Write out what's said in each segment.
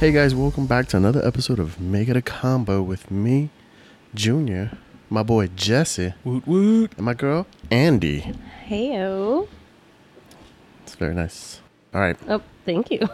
Hey guys, welcome back to another episode of Make It a Combo with me, Junior, my boy Jesse, Woot woot. and my girl Andy. Heyo. It's very nice. All right, Oh, thank you.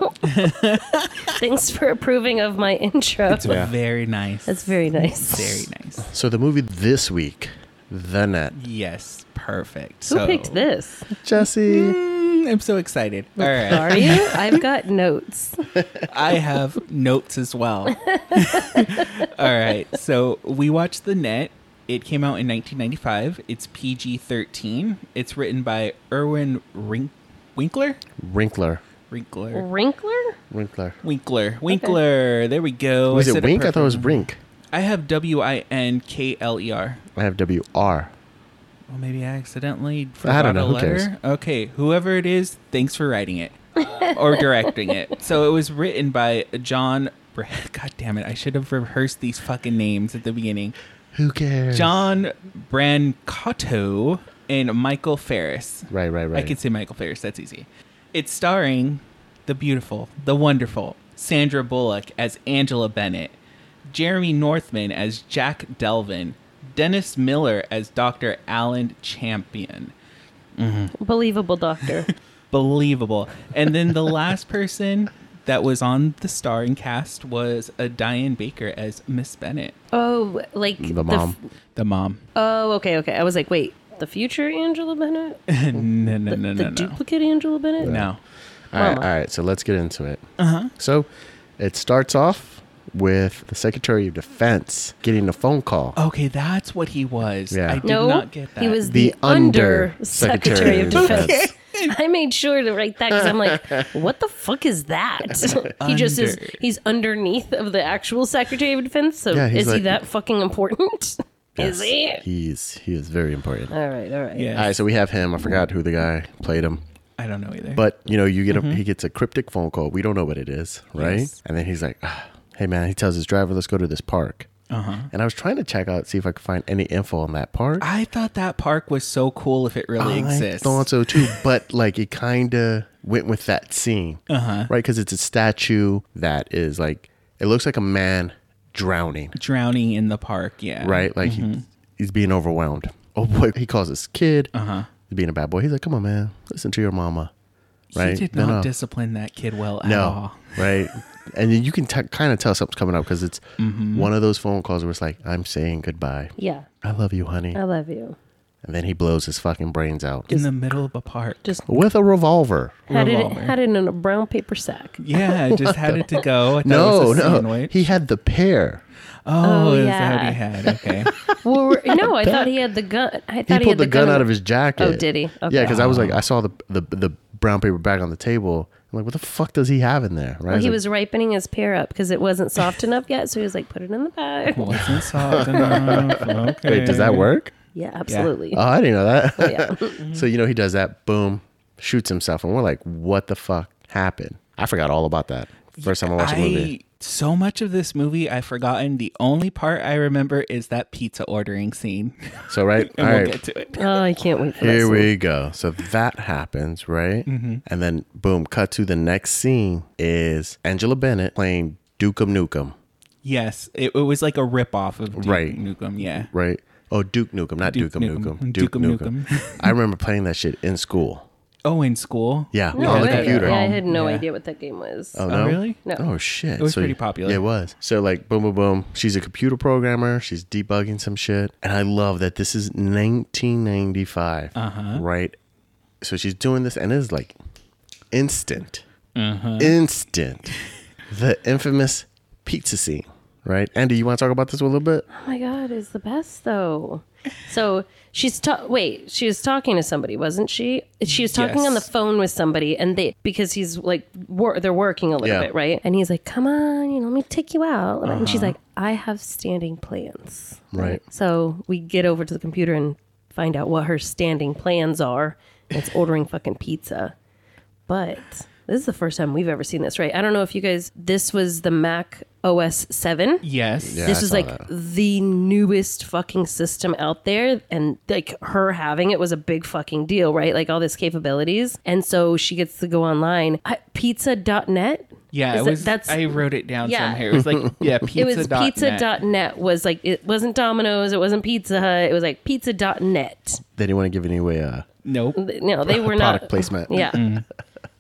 Thanks for approving of my intro. It's very nice. That's very nice. Very nice. so the movie this week, The Net. Yes, perfect. Who picked this? Jesse, Mm, I'm so excited. All right. Are you? I've got notes. I have notes as well. All right. So we watched The Net. It came out in 1995. It's PG 13. It's written by Erwin Rink- Winkler? Wrinkler, Winkler. Wrinkler? Wrinkler. Winkler. Winkler. There we go. Was Oh, I it said Wink? I thought it was perfectly. Brink. I have W I N K L E R. I have W R. Well, maybe I accidentally forgot I don't know. a Who letter. cares? Okay, whoever it is, thanks for writing it or directing it. So it was written by John. Br- God damn it! I should have rehearsed these fucking names at the beginning. Who cares? John Brancato and Michael Ferris. Right, right, right. I can say Michael Ferris. That's easy. It's starring the beautiful, the wonderful Sandra Bullock as Angela Bennett, Jeremy Northman as Jack Delvin, Dennis Miller as Dr. Alan Champion. Believable doctor. Believable. And then the last person that was on the starring cast was a Diane Baker as Miss Bennett, Oh, like The f- mom. the mom. oh, okay, okay. I was like, wait, the future Angela Bennett? The, no, no, no, no, the no. duplicate Angela Bennett? no. All right, all Mama. right. So let's get into it. Uh-huh. So it starts off with the Secretary of Defense getting a phone call. Okay, that's what he was. Yeah. I did No, not get that. he was The the, Under under Secretary Secretary of of Defense. Defense. I made sure to write that because I'm like, what the fuck is that? he just is, Under. he's underneath of the actual Secretary of Defense. So Yeah, he's is like- he that fucking important? Yes, Is he? He's he is very important. All right, all right. Yes. All right, so we have him. I forgot who the guy played him, I don't know either. but you know, you get a, he gets a cryptic phone call. We don't know what it is, right? Yes. And then he's like, "Ah, "Hey, man," he tells his driver, "Let's go to this park." uh-huh. And I was trying to check out see if I could find any info on that park. I thought that park was so cool if it really I exists. thought so too, but like it kind of went with that scene, uh-huh. right? Because it's a statue that is like it looks like a man drowning, Drowning in the park, yeah. Mm-hmm. right? Like he, he's being overwhelmed. Oh boy, he calls his kid Uh-huh. being a bad boy. He's like, "Come on, man, listen to your mama." Right? He did No, not no. discipline that kid well at No, all. right? And then you can t- kind of tell something's coming up because it's Mm-hmm. one of those phone calls where it's like, "I'm saying goodbye. Yeah, I love you, honey," I love you. and then he blows his fucking brains out In the middle of a park. Just with a revolver. had it, Revolver. had it in a brown paper sack. yeah, just had it to go. I thought it No, was a no, sandwich. he had the pear. oh, Oh, is yeah. that what he had? Okay. Well, we're- no, I thought he had the gun. I He thought he had pulled the gun out of his jacket. Oh, did he? Yeah, Okay. because I was like, I saw the, the the brown paper bag on the table. I'm like, what the fuck does he have in there? Right? Well, It's he like, was ripening his pear up because it wasn't soft enough yet. So he was like, put it in the bag. Wasn't soft enough. Okay. Wait, does that work? Yeah, absolutely. Oh, I didn't know that. yeah. So you know he does that, boom, shoots himself, and we're like, what the fuck happened? I forgot all about that first time I watched the movie. I so much of this movie I've forgotten. The only part I remember is that pizza ordering scene. So right, all and we'll right, get to it. Mm-hmm. Oh, I can't wait for here this. we go. So that happens, right? And then boom, cut to the next scene is Angela Bennett playing Duke of Nukem, Yes, it, it was like a rip off of Duke Right. Nukem. Yeah, right? Oh, Duke Nukem, not Duke, Duke of Nukem. Nukem. Duke, Duke of Nukem. Nukem. I remember playing that shit in school. Oh, in school? Yeah, No, on the way. computer. Yeah, I had no Yeah. idea what that game was. Oh, Oh, no? really? No. Oh shit! It was pretty popular. Yeah, it was. So like, boom, boom, boom. She's a computer programmer. She's debugging some shit, and I love that this is 1995, uh-huh. right? So she's doing this, and it's like instant, Uh-huh. instant, the infamous pizza scene, right? Andy, you want to talk about this a little bit? Oh my god, is the best though. So she's ta- wait, she was talking to somebody, wasn't she? She was talking on the Yes. phone with somebody, and they because he's like wor- they're working a little Yeah. bit, right? And he's like, "Come on, you know, let me take you out." And she's like, "I have standing plans." Uh-huh. Right. So we get over to the computer and find out what her standing plans are. And it's ordering fucking pizza. But this is the first time we've ever seen this, right? I don't know if you guys. This was the Mac OS seven Yes. Yeah. this I is saw like that. the newest fucking system out there and like her having it was a big fucking deal right like all this capabilities and so she gets to go online I, pizza.net Is Yeah, it that- was. that's- I wrote it down yeah. somewhere. It was like yeah, pizza. it was dot pizza net. dot net was like it wasn't Domino's, it wasn't Pizza Hut, it was like pizza dot net. They didn't want to give any away. Uh, Nope. Th- No, they were Product not placement. Yeah, Mm-hmm.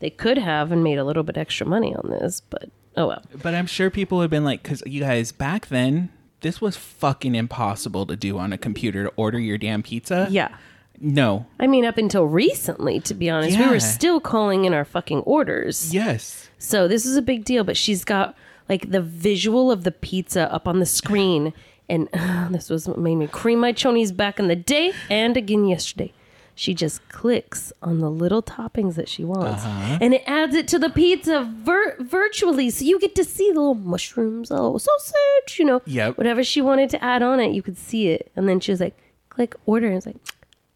they could have and made a little bit extra money on this, but oh well. But I'm sure people have been like, because you guys back then, this was fucking impossible to do on a computer to order your damn pizza. Yeah, No. I mean up until recently, to be honest, we Yeah. were still calling in our fucking orders. Yes. So this is a big deal, but she's got like the visual of the pizza up on the screen. And uh, this was what made me cream my chonies back in the day and again yesterday. She just clicks on the little toppings that she wants and it adds it to the pizza vir- virtually. So you get to see the little mushrooms, the little sausage, you know, Yep. whatever she wanted to add on it, you could see it. And then she was like, click order. And it's like,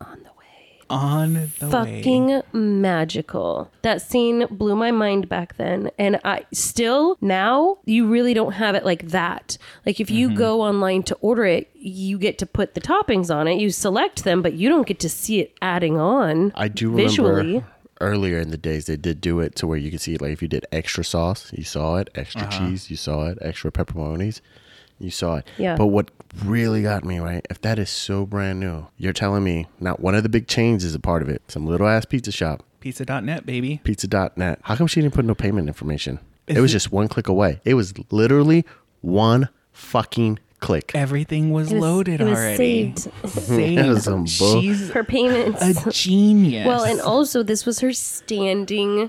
on the way On the way. fucking magical. That scene blew my mind back then. And I still now you really don't have it like that. Like if Mm-hmm. you go online to order it, you get to put the toppings on it. You select them, but you don't get to see it adding on. I do remember visually. earlier in the days they did do it to where you could see like if you did extra sauce, you saw it, extra cheese, you saw it, extra pepperonis, you saw it. Yeah. But what really got me, right? If that is so brand new, you're telling me not one of the big chains is a part of it. Some little ass pizza shop, Pizza dot net, baby. pizza.net. How come she didn't put no payment information? Is it was it- just one click away. It was literally one fucking click. Everything was, It was- loaded it was already. saved. Saved. That was some bull- She's Her payments. a genius. Well, and also this was her standing,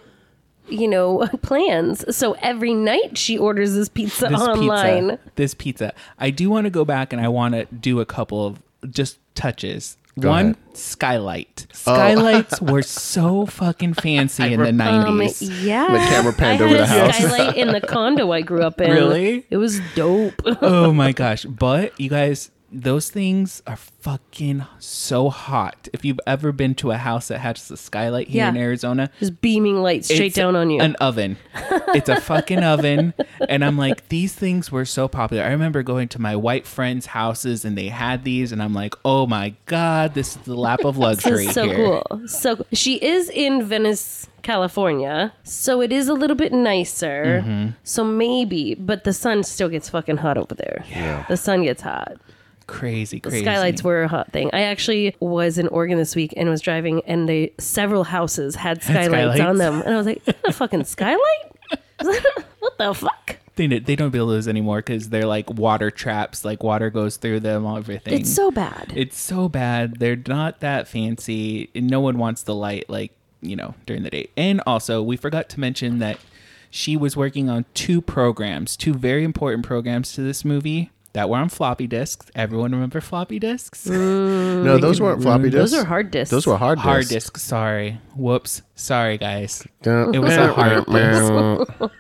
you know, plans. So every night she orders this pizza this online. pizza. This pizza. I do want to go back and I want to do a couple of just touches. Go One ahead. Oh. skylight. Skylights were so fucking fancy in the Um, nineties. yeah. The camera panned I over had the a house. skylight in the condo I grew up in. Really? It was dope. oh my gosh. But you guys, those things are fucking so hot. If you've ever been to a house that has a skylight here Yeah. in Arizona, Just beaming light straight it's down on you. An oven. It's a fucking oven. And I'm like, these things were so popular. I remember going to my white friends' houses and they had these, and I'm like, oh my God, this is the lap of luxury It's so here. cool. So she is in Venice, California. So it is a little bit nicer. Mm-hmm. So maybe, but the sun still gets fucking hot over there. Yeah. The sun gets hot. Crazy, crazy. Skylights were a hot thing. I actually was in Oregon this week and was driving, and they several houses had skylights, skylights. on them, and I was like, "Is that "A fucking skylight? what the fuck?" They, don't- they don't build those anymore because they're like water traps, like water goes through them, everything. It's so bad. It's so bad. They're not that fancy. And no one wants the light, like, you know, during the day. And also, we forgot to mention that she was working on two programs, two very important programs to this movie that were on floppy disks. Everyone remember floppy disks? no, those weren't floppy disks. Those are hard disks. Those were hard disks. Hard disk, sorry. Whoops. Sorry, guys. It was a hard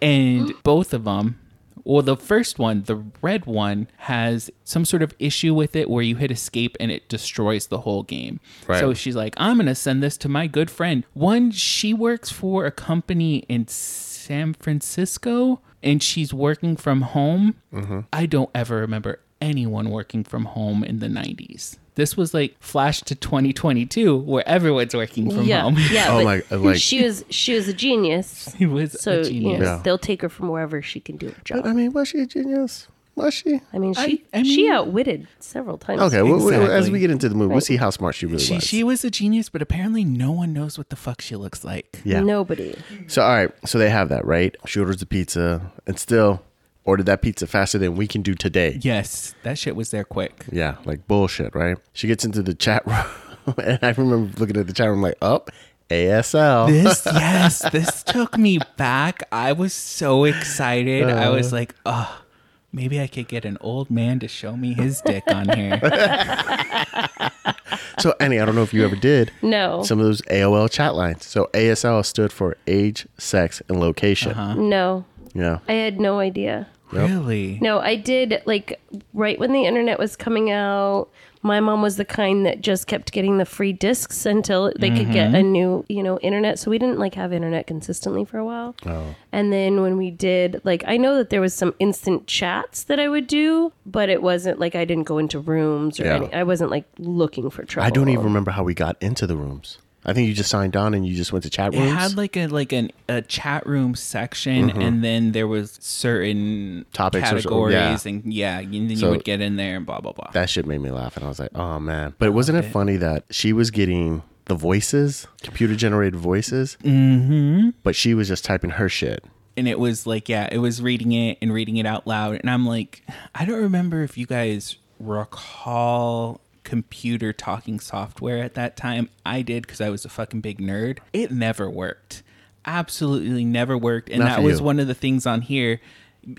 and both of them well the first one the red one has some sort of issue with it where you hit escape and it destroys the whole game Right. so she's like i'm gonna send this to my good friend one she works for a company in san francisco and she's working from home Mm-hmm. i don't ever remember anyone working from home in the 90s this was like flash to 2022 where everyone's working from yeah, home yeah. Oh but my- uh, like- she was she was a genius. it was So a you genius know, Yeah. they'll take her from wherever she can do her job. But uh, I mean, was she a genius? Was she? I mean, she I- I she mean- outwitted several times. Okay, well, we- as Exactly. we get into the movie, we'll see how smart she really She, was. she was a genius, but apparently no one knows what the fuck she looks like. yeah. Nobody. So, all right, so they have that, right? She orders the pizza and still ordered that pizza faster than we can do today. Yes, that shit was there quick. Yeah, like bullshit, right? She gets into the chat room, and I remember looking at the chat room like, oh, up, ASL. This, yes, this took me back. I was so excited. I was like, oh, maybe I could get an old man to show me his dick on here. So, Annie, I don't know if you ever did. No. Some of those AOL chat lines. So ASL stood for age, sex, and location. Uh-huh. No, Yeah. I had no idea. Really? No, I did like right when the internet was coming out. My mom was the kind that just kept getting the free discs until they could Mm-hmm. get a new, you know, internet. So we didn't like have internet consistently for a while. Oh. And then when we did, like I know that there was some instant chats that I would do, but it wasn't like I didn't go into rooms or Yeah. any, I wasn't like looking for trouble. Oh. I don't even remember how we got into the rooms. I think you just signed on and you just went to chat It rooms. had like a like an, a chat room section, and then there was certain Topics or so- categories, yeah. and yeah, and then So- you would get in there and blah blah blah. that shit made me laugh, and I was like, "Oh man!" But wasn't it funny that she was getting the voices, computer generated voices, mm-hmm. but she was just typing her shit. and it was like yeah it was reading it and reading it out loud and i'm like i don't remember if you guys recall computer talking software at that time i did because i was a fucking big nerd it never worked absolutely never worked and Not that for was you. one of the things on here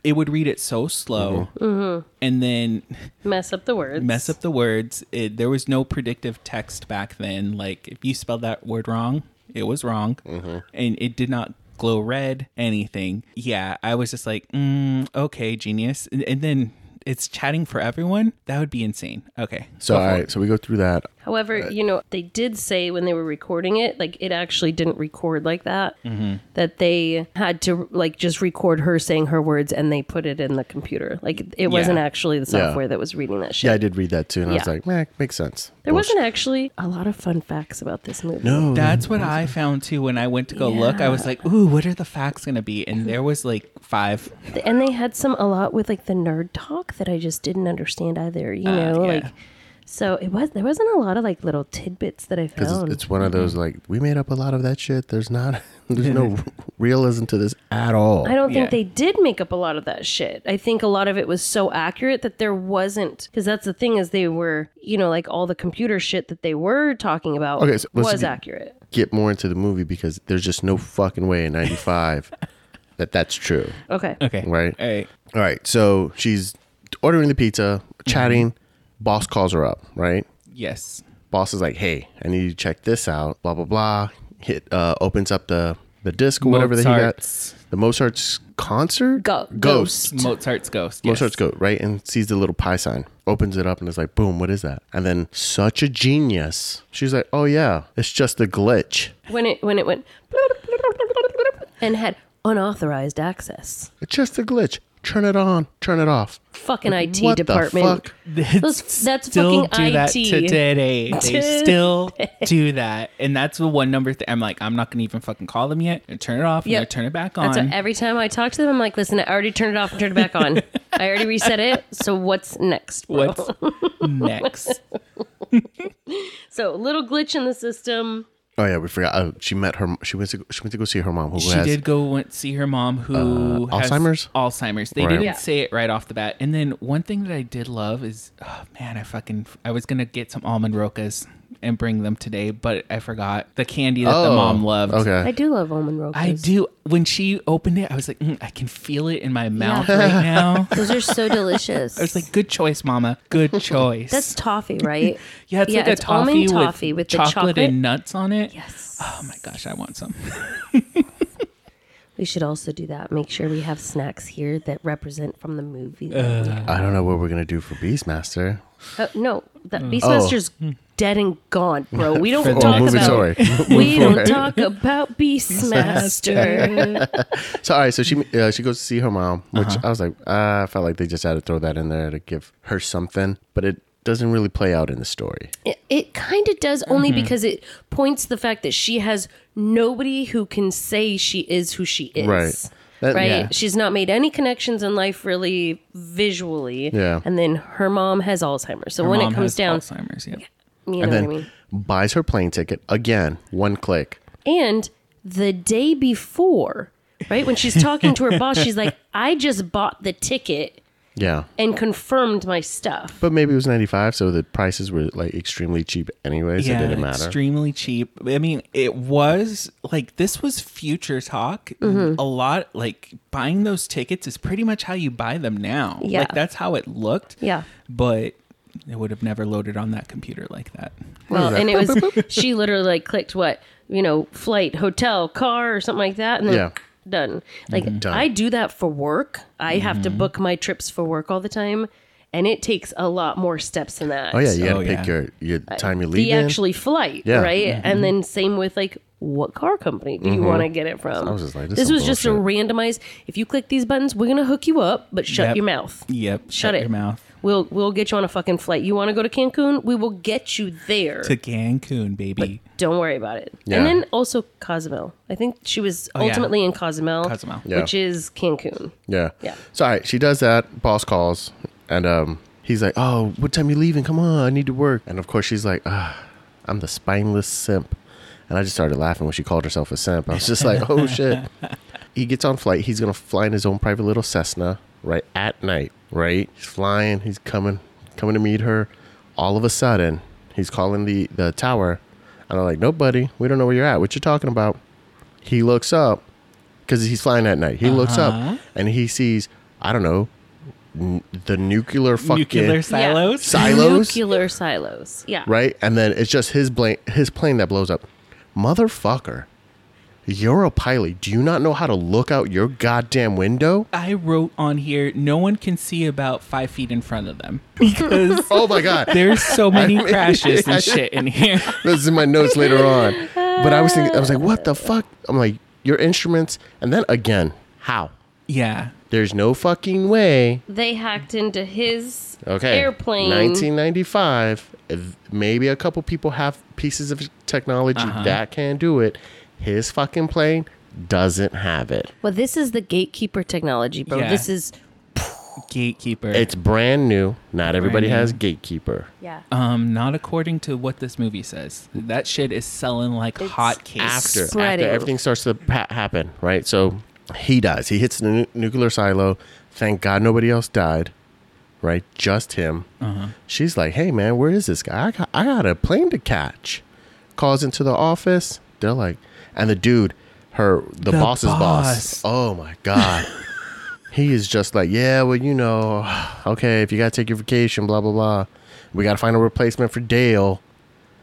it would read it so slow Mm-hmm. Mm-hmm. and then Mess up the words. mess up the words it, there was no predictive text back then like if you spelled that word wrong it was wrong Mm-hmm. and it did not glow red anything yeah i was just like mm, okay genius and, and then it's chatting for everyone that would be insane okay So go all for it. right, so we go through that. However, you know, they did say when they were recording it, like it actually didn't record like that, Mm-hmm. that they had to like just record her saying her words and they put it in the computer. Like it wasn't actually the Yeah. software that was reading that shit. Yeah, I did read that too, and I was Yeah. like, "Man, makes sense." There Bullshit. wasn't actually a lot of fun facts about this movie. no. that's what I found too when I went to go look. I was Yeah. like, ooh, what are the facts going to be? And there was like five. And they had some a lot with like the nerd talk that I just didn't understand either, you Ah, know, yeah. like so it was there wasn't a lot of like little tidbits that I Because found. it's, it's one Mm-hmm. of those like we made up a lot of that shit. There's not, there's no realism to this at all. I don't think Yeah. they did make up a lot of that shit. I think a lot of it was so accurate that there wasn't because that's the thing is they were you know like all the computer shit that they were talking about Okay, so let's was be- accurate. get more into the movie because there's just no fucking way in '95 that that's true, Okay. Okay. right? All right. All right, so she's ordering the pizza, chatting. Boss calls her up, right? Yes. Boss is like, "Hey, I need you to check this out." Blah blah blah. Hit uh, opens up the the disc or whatever that he got. Mozart's, The Mozart's concert Go- ghost. Mozart's ghost. yes. Mozart's goat, right? And sees the little pie sign, opens it up, and is like, boom, what is that? And then such a genius. She's like, oh, yeah, it's just a glitch. When it when it went and had unauthorized access. It's just a glitch. Turn it on, turn it off. Fucking IT what the department. fuck? Those, that's still fucking do IT. that Today. today. They still do that, and that's the one number thing. I'm like, I'm not gonna even fucking call them yet. And turn it off. Yep. And I turn it back That's on. what, every time I talk to them, I'm like, listen, I already turned it off and turned it back on. I already reset it. So what's next? bro? What's next? So little glitch in the system. Oh, yeah, we forgot. Oh, she met her, she went to, she went to go see her mom who She has. did go went, see her mom who Uh, has Alzheimer's? Alzheimer's. They Right. didn't Yeah. say it right off the bat. And then one thing that I did love is, oh man, I fucking I was gonna get some almond rokas and bring them today, but I forgot the candy that the Oh, mom loved. I Okay. do love almond rokas. I do. When she opened it, I was like, mm, I can feel it in my mouth right now. Those are so delicious. I was like, good choice, mama. Good choice. that's toffee, right? yeah, it's like a toffee, almond toffee with, with, the chocolate, chocolate. and nuts on it. yes. Oh my gosh, I want some. We should also do that. Make sure we have snacks here that represent from the movie. Uh, I don't know what we're going to do for Beastmaster. Oh, no, that Beastmaster's Hmm. dead and gone, bro. We don't the talk next- moving, about. sorry. Moving We don't forward. talk about Beastmaster. So, all right, so she uh, she goes to see her mom, which Uh-huh. I was like, uh, I felt like they just had to throw that in there to give her something, but it doesn't really play out in the story. it, it kind of does only Mm-hmm. because it points the fact that she has nobody who can say she is who she is. Right. That- right? yeah. She's not made any connections in life really visually. Yeah. And then her mom has Alzheimer's. So Her when mom it comes has down, Alzheimer's. Yeah. you and know what I then mean? buys her plane ticket again, one click. And the day before, right? When she's talking to her boss, she's like, I just bought the ticket Yeah. and confirmed my stuff. But maybe it was 95, so the prices were like extremely cheap anyways. it didn't matter. extremely cheap. I mean, it was like this was future talk. Mm-hmm. A lot like buying those tickets is pretty much how you buy them now. Yeah. like that's how it looked. Yeah. but it would have never loaded on that computer like that. Well, and it was, she literally like clicked what, you know, flight, hotel, car, or something like that. And then Yeah. Mm-hmm. done. Like, Done. Mm-hmm. I do that for work. I have to book my trips for work all the time. And it takes a lot more steps than that. Oh, yeah. You got to Oh, pick yeah. your, your time you're the leaving. actually flight, Yeah. Mm-hmm. right? And then same with like what car company do you want to get it from? I was just like, this this some was just a randomized. If you click these buttons, we're gonna hook you up, but shut Yep. your mouth. Yep. Shut it. your mouth. We'll we'll get you on a fucking flight. You want to go to Cancun? We will get you there. to Cancun, baby. Don't worry about it. Yeah. Oh, And then also Cozumel. I think she was yeah. ultimately in Cozumel, Cozumel. Yeah. which is Cancun. Yeah. Yeah. So all right, she does that. Boss calls, and um, he's like, "Oh, what time you leaving? Come on, I need to work." And of course, she's like, "Ah, I'm the spineless simp," and I just started laughing when she called herself a simp. I was just like, "Oh shit." He gets on flight. He's gonna fly in his own private little Cessna, right at night. Right. He's flying. He's coming, coming to meet her. All of a sudden, he's calling the the tower, and I'm like, "No, buddy, we don't know where you're at. What you talking about?" He looks up because he's flying at night. He looks Uh-huh. up and he sees, I don't know, n- the nuclear fucking Nuclear silos. Yeah. Silos? Nuclear silos. Yeah. right, and then it's just his bla- his plane that blows up. Motherfucker, you're a pilot. Do you not know how to look out your goddamn window? I wrote on here, no one can see about five feet in front of them because Oh my god, there's so many I mean, crashes I- and shit in here. this is in my notes later on. But I was thinking, I was like, what the fuck? I'm like, your instruments, and then again, how? yeah. There's no fucking way They hacked into his Okay. airplane. 1995. if- Maybe a couple people have pieces of technology Uh-huh. that can do it. His fucking plane doesn't have it. Well, this is the gatekeeper technology, bro. Yeah. This is Gatekeeper. It's brand new. Not everybody Brand new. has gatekeeper. yeah. um, not according to what this movie says. That shit is selling like hotcakes. After, Spreading. after everything starts to pa- happen, right? So he dies. He hits the nu- nuclear silo. Thank God nobody else died, right? Just him. She's like, hey, man, where is this guy? I got, I got a plane to catch. Calls into the office. They're like, and the dude, her, the, The boss's boss. boss. Oh my God. he is just like, yeah, well, you know, okay, if you got to take your vacation, blah, blah, blah. We got to find a replacement for Dale.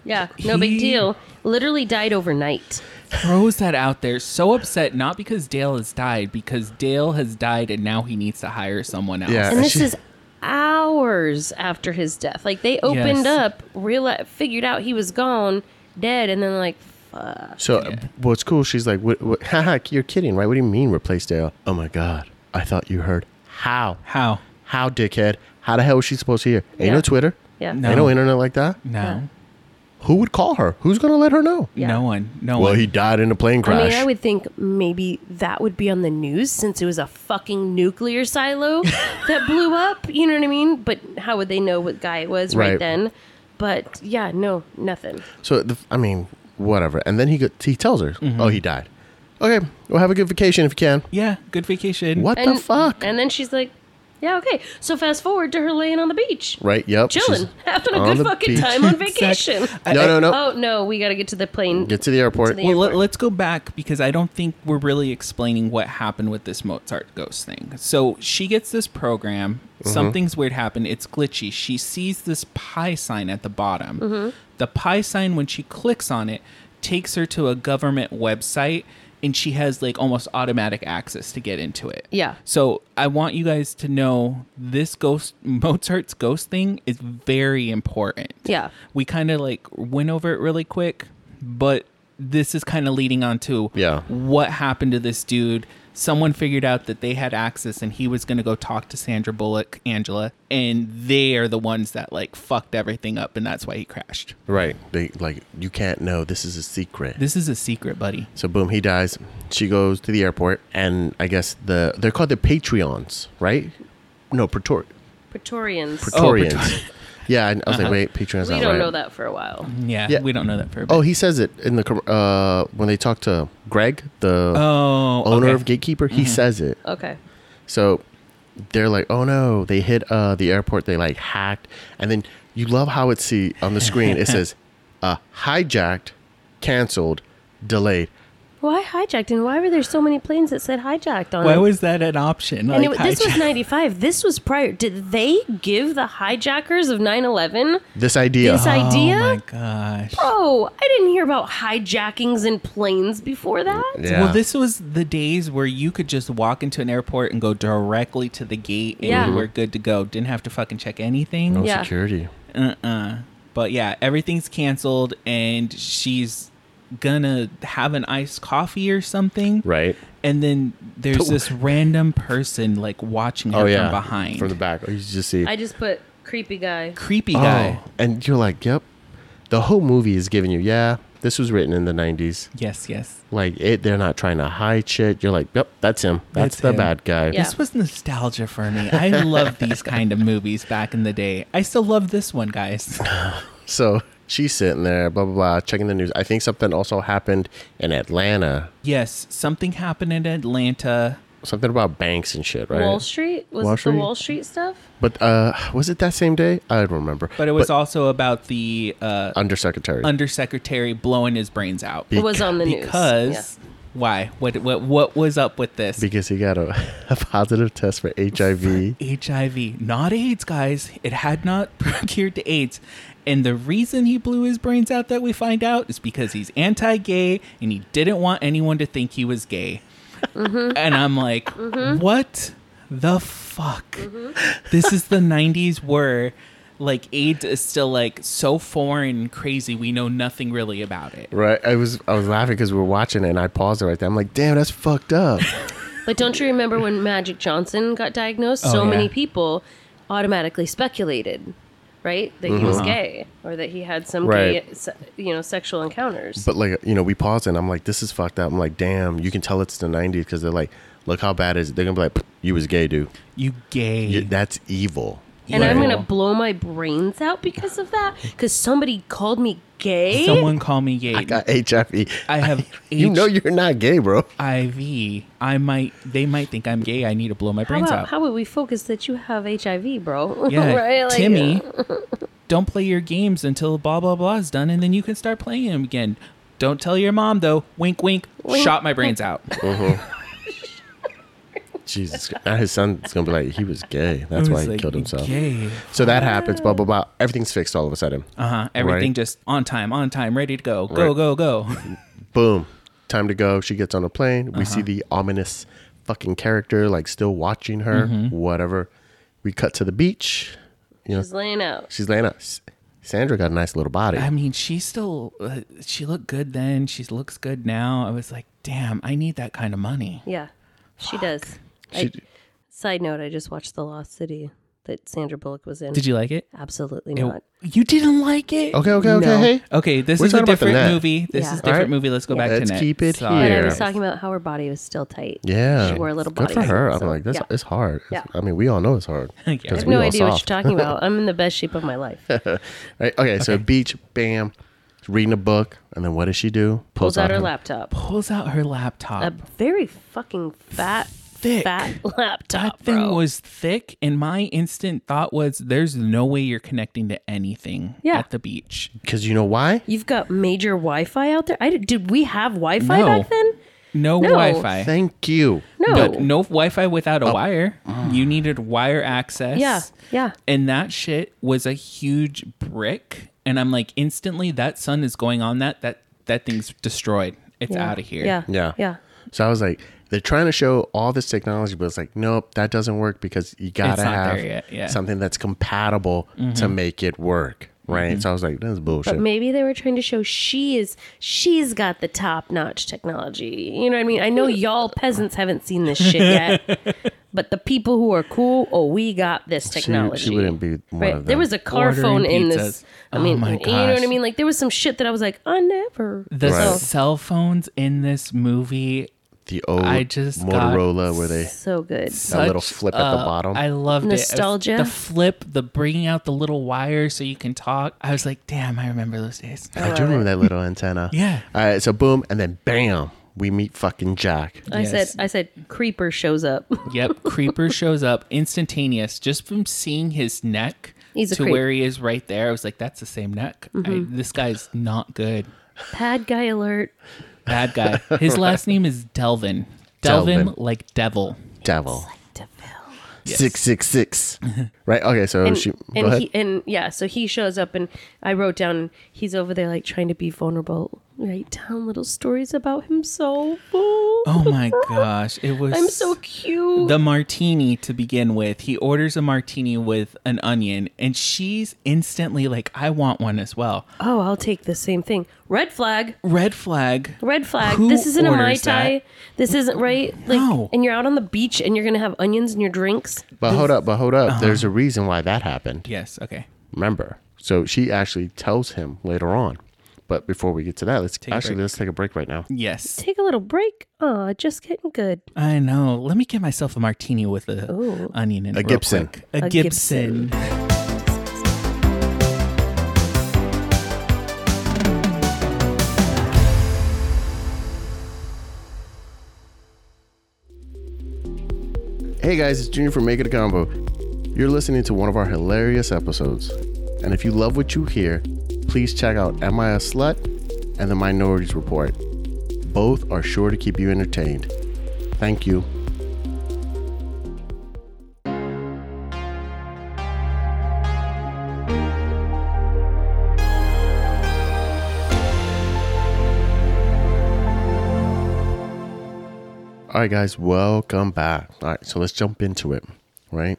Yeah. No He- big deal. Literally died overnight. Throws that out there. So upset, not because Dale has died, because Dale has died and now he needs to hire someone else. Yeah. And this Uh, she- is hours after his death. Like they opened Yes. up, realized, figured out he was gone, dead, and then like, fuck. So what's cool? She's like, what, what, haha, "You're kidding, right? What do you mean replace Dale?" Oh my god, I thought you heard. How? How? How, dickhead? How the hell was she supposed to hear? Ain't Yeah. no Twitter. Yeah. No. Ain't no internet like that. No. Who would call her? Who's gonna let her know? Yeah. No one. No Well, one. he died in a plane I crash. mean, I would think maybe that would be on the news since it was a fucking nuclear silo that blew up. You know what I mean? But how would they know what guy it was right, Right. then? But yeah, no, nothing. so the, I mean, whatever. And then he go, he tells her, Mm-hmm. "Oh, he died." Okay, well, have a good vacation if you can. yeah. Good vacation. What the fuck? And then she's like, yeah, okay. So fast forward to her laying on the beach, right? Yep. she's chilling, having a on the good fucking beach. time on Exact- vacation. I- No, I- no, no. Oh no, we got to get to the plane. Get to the airport. the- Well, let, airport. let's go back because I don't think we're really explaining what happened with this Mozart ghost thing. So she gets this program. Something's weird happened. It's glitchy. She sees this pie sign at the bottom. Mm-hmm. The pie sign, when she clicks on it, takes her to a government website and she has like almost automatic access to get into it. Yeah. So I want you guys to know this ghost, Mozart's ghost thing is very important Yeah. we kind of like went over it really quick, but this is kind of leading on to Yeah. what happened to this dude. Someone figured out that they had access and he was going to go talk to Sandra Bullock, Angela, and they are the ones that like fucked everything up and that's why he crashed. Right. They like you can't know. This is a secret. This is a secret, buddy. So boom, he dies. She goes to the airport, and I guess the they're called the Patreons, right? No, Praetor- Praetorians. Oh, Praetorians. Oh, Praetor- Uh-huh. yeah, and I was like, wait, Patreons. we not don't right. know that for a while. Yeah, Yeah. we don't know that for a bit. Oh, he says it in the com- uh, when they talk to Greg, the Oh, owner okay. Mm-hmm. of Gatekeeper. He says it. Okay. So they're like, oh no, they hit uh, the airport. They like hacked, and then you love how it see on the screen. It says, uh, hijacked, canceled, delayed. Why hijacked? And why were there so many planes that said hijacked on Why them? was that an option? and Like, it, this was hijack- 95. This was prior. Did they give the hijackers of 9 11 This idea. Uh-huh. this idea? Oh my gosh. Oh, I didn't hear about hijackings in planes before that. yeah. Well, this was the days where you could just walk into an airport and go directly to the gate and Yeah. you were good to go. Didn't have to fucking check anything. no Yeah. security. Uh-uh. But yeah, everything's canceled and she's gonna have an iced coffee or something. Right. And then there's But- Oh, this random person like watching her from behind. from the back. Oh, You just see I just put Creepy guy. creepy guy. Oh, and you're like, yep. The whole movie is giving you, yeah, this was written in the 90s. Yes, yes. Like, it, they're not trying to hide shit. You're like, yep, that's him. That's, That's the him. bad guy. Yeah. This was nostalgia for me. I love these kind of movies back in the day. I still love this one, guys. So she's sitting there, blah, blah, blah, checking the news. I think something also happened in Atlanta. Yes, something happened in Atlanta. Something about banks and shit, right? Wall Street was Wall it Street? the Wall Street stuff. But uh, was it that same day? I don't remember. But it was also about the uh, undersecretary. undersecretary blowing his brains out. Be- It was on the news. because why? What what what was up with this? because he got a, a positive test for HIV. HIV, not AIDS, guys. It had not procured to AIDS. And the reason he blew his brains out that we find out is because he's anti gay and he didn't want anyone to think he was gay. Mm-hmm. And I'm like, what the fuck? Mm-hmm. This is the 90s where like AIDS is still like so foreign and crazy, we know nothing really about it. Right, I was I was laughing because we were watching it, and I paused it right there. I'm like, "Damn, that's fucked up." Yeah. But don't you remember when Magic Johnson got diagnosed? Oh, so yeah. many people automatically speculated, right, that he was gay or that he had some Right. gay, se- you know, sexual encounters. But like, you know, we paused it, and I'm like, "This is fucked up." I'm like, "Damn, you can tell it's the '90s because they're like, look how bad it is. They're gonna be like, "Pff, you was gay, dude. You gay. You- that's evil." and I'm Right. gonna blow my brains out because of that. Because somebody called me gay. Someone call me gay. I got HIV. I have you know H- you're not gay, bro. IV, I might they might think I'm gay. I need to blow my how brains about out. how would we focus that you have HIV, bro? yeah, Like, Timmy, don't play your games until blah blah blah is done, and then you can start playing them again. Don't tell your mom though. Wink, wink. Wink. Shot my brains out. Jesus, now his son's gonna be like, "He was gay. That's I why was he like, killed himself." Gay. So that happens. Blah blah blah. Everything's fixed all of a sudden. Uh huh. Everything Right. just on time, on time, ready to go. Go Right. go go. boom time to go she gets on a plane we see the ominous fucking character like still watching her whatever we cut to the beach you know She's laying out. she's laying out S- sandra got a nice little body I mean, she still uh, she looked good then. She looks good now. I was like, damn, I need that kind of money. Yeah, she does. I, She- side note: I just watched The Lost City that Sandra Bullock was in. Did you like it? Absolutely It- not. you didn't like it? okay okay okay hey Okay, this We're is a talking about the different net. movie. This Yeah. is a different Alright. movie. Let's go back Let's to net. keep it Sorry. But here. I was talking about how her body was still tight. yeah She wore a little good body for her suit, i'm so- like that's yeah. it's hard It's- Yeah. i mean we all know it's hard Yeah. I because have I have no we all idea what soft you're talking about. I'm in the best shape of my life. right okay, so beach bam reading a book and then what does she do Pulls out her her- laptop. Pulls out her laptop. A very fucking fat, Thick. fat laptop, that thing bro. was thick, and my instant thought was, "There's no way you're connecting to anything Yeah. at the beach." because you know why You've got major Wi-Fi out there. I did, did we have Wi-Fi No. back then? No, No. Wi-Fi. thank Oh. you No. But no Wi-Fi without a wire. Mm. You needed wire access. Yeah, yeah. And that shit was a huge brick. And I'm like, instantly, that sun is going on that. That that thing's destroyed. It's Yeah. out of here. Yeah. Yeah. Yeah. So I was like, they're trying to show all this technology, but it's like, nope, that doesn't work because you gotta not there have yet, yeah. Mm-hmm. something that's compatible to make it work. Right. So I was like, that's bullshit. But maybe they were trying to show she is she's got the top notch technology. You know what I mean? I know y'all peasants haven't seen this shit yet. but the people who are cool, oh, we got this she technology. wouldn't be one right. of There them. was a car Ordering phone in pizzas. this. I Oh mean, my you know what gosh. I mean? Like there was some shit that I was like, I never. Oh, The Right. cell phones in this movie the old I just got Motorola where they So good. that little such flip at the a- bottom. I loved it. It was Nostalgia. The flip, the bringing out the little wire so you can talk. I was like, damn, I remember those days. I do remember that little antenna. Yeah. All right. So boom, and then bam, we meet fucking Jack. I Yes. said I said creeper shows up. yep, creeper shows up instantaneous just from seeing his neck He's a to creep. Mm-hmm. where he is right there. I was like, that's the same neck. I, this guy's not good. Pad guy alert. Bad guy. His last name is Delvin. Delvin, Delvin. like devil. Devil. DeVille. Yes. Six six six. right. Okay. So and, she. Go Oh, and ahead. he and yeah so he shows up and i wrote down he's over there like trying to be vulnerable write down little stories about himself. Oh my gosh, it was I'm so cute. the martini to begin with. He orders a martini with an onion, and she's instantly like, "I want one as well." oh, I'll take the same thing. Red flag. Red flag. Red flag. Who this isn't a mai orders tai. that? This isn't right. Like, No. and you're out on the beach and you're gonna have onions in your drinks. But hold up, but hold up. There's Uh-huh. a reason why that happened. Yes. Okay. Remember. So she actually tells him later on. But before we get to that, let's a actually break. let's take a break right now. Yes. Take a little break. Aw, just getting good. I know. Let me get myself a martini with a Ooh. onion and A Gibson. A, A Gibson. Gibson. Hey guys, it's Junior from Make It a Combo. You're listening to one of our hilarious episodes. And if you love what you hear, please check out Am I a Slut and The Minorities Report. Both are sure to keep you entertained. Thank you. All right, guys, welcome back. All right, so let's jump into it, right?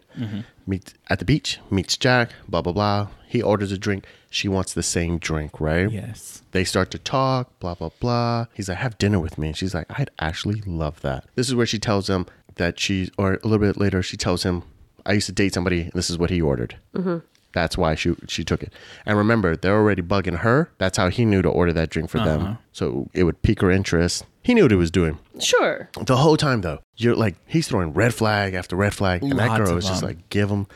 Meet at the beach, meets Jack, blah, blah, blah. He orders a drink. She wants the same drink, right? Yes. They start to talk, blah, blah, blah. He's like, have dinner with me. And she's like, I'd actually love that. This is where she tells him that she, or a little bit later, she tells him, I used to date somebody and this is what he ordered. Mm-hmm. That's why she, she took it. And remember, they're already bugging her. That's how he knew to order that drink for Uh-huh. them. So it would pique her interest. He knew what he was doing. Sure. The whole time, though, you're like, he's throwing red flag after red flag. And that Lots girl of is just them. like, give him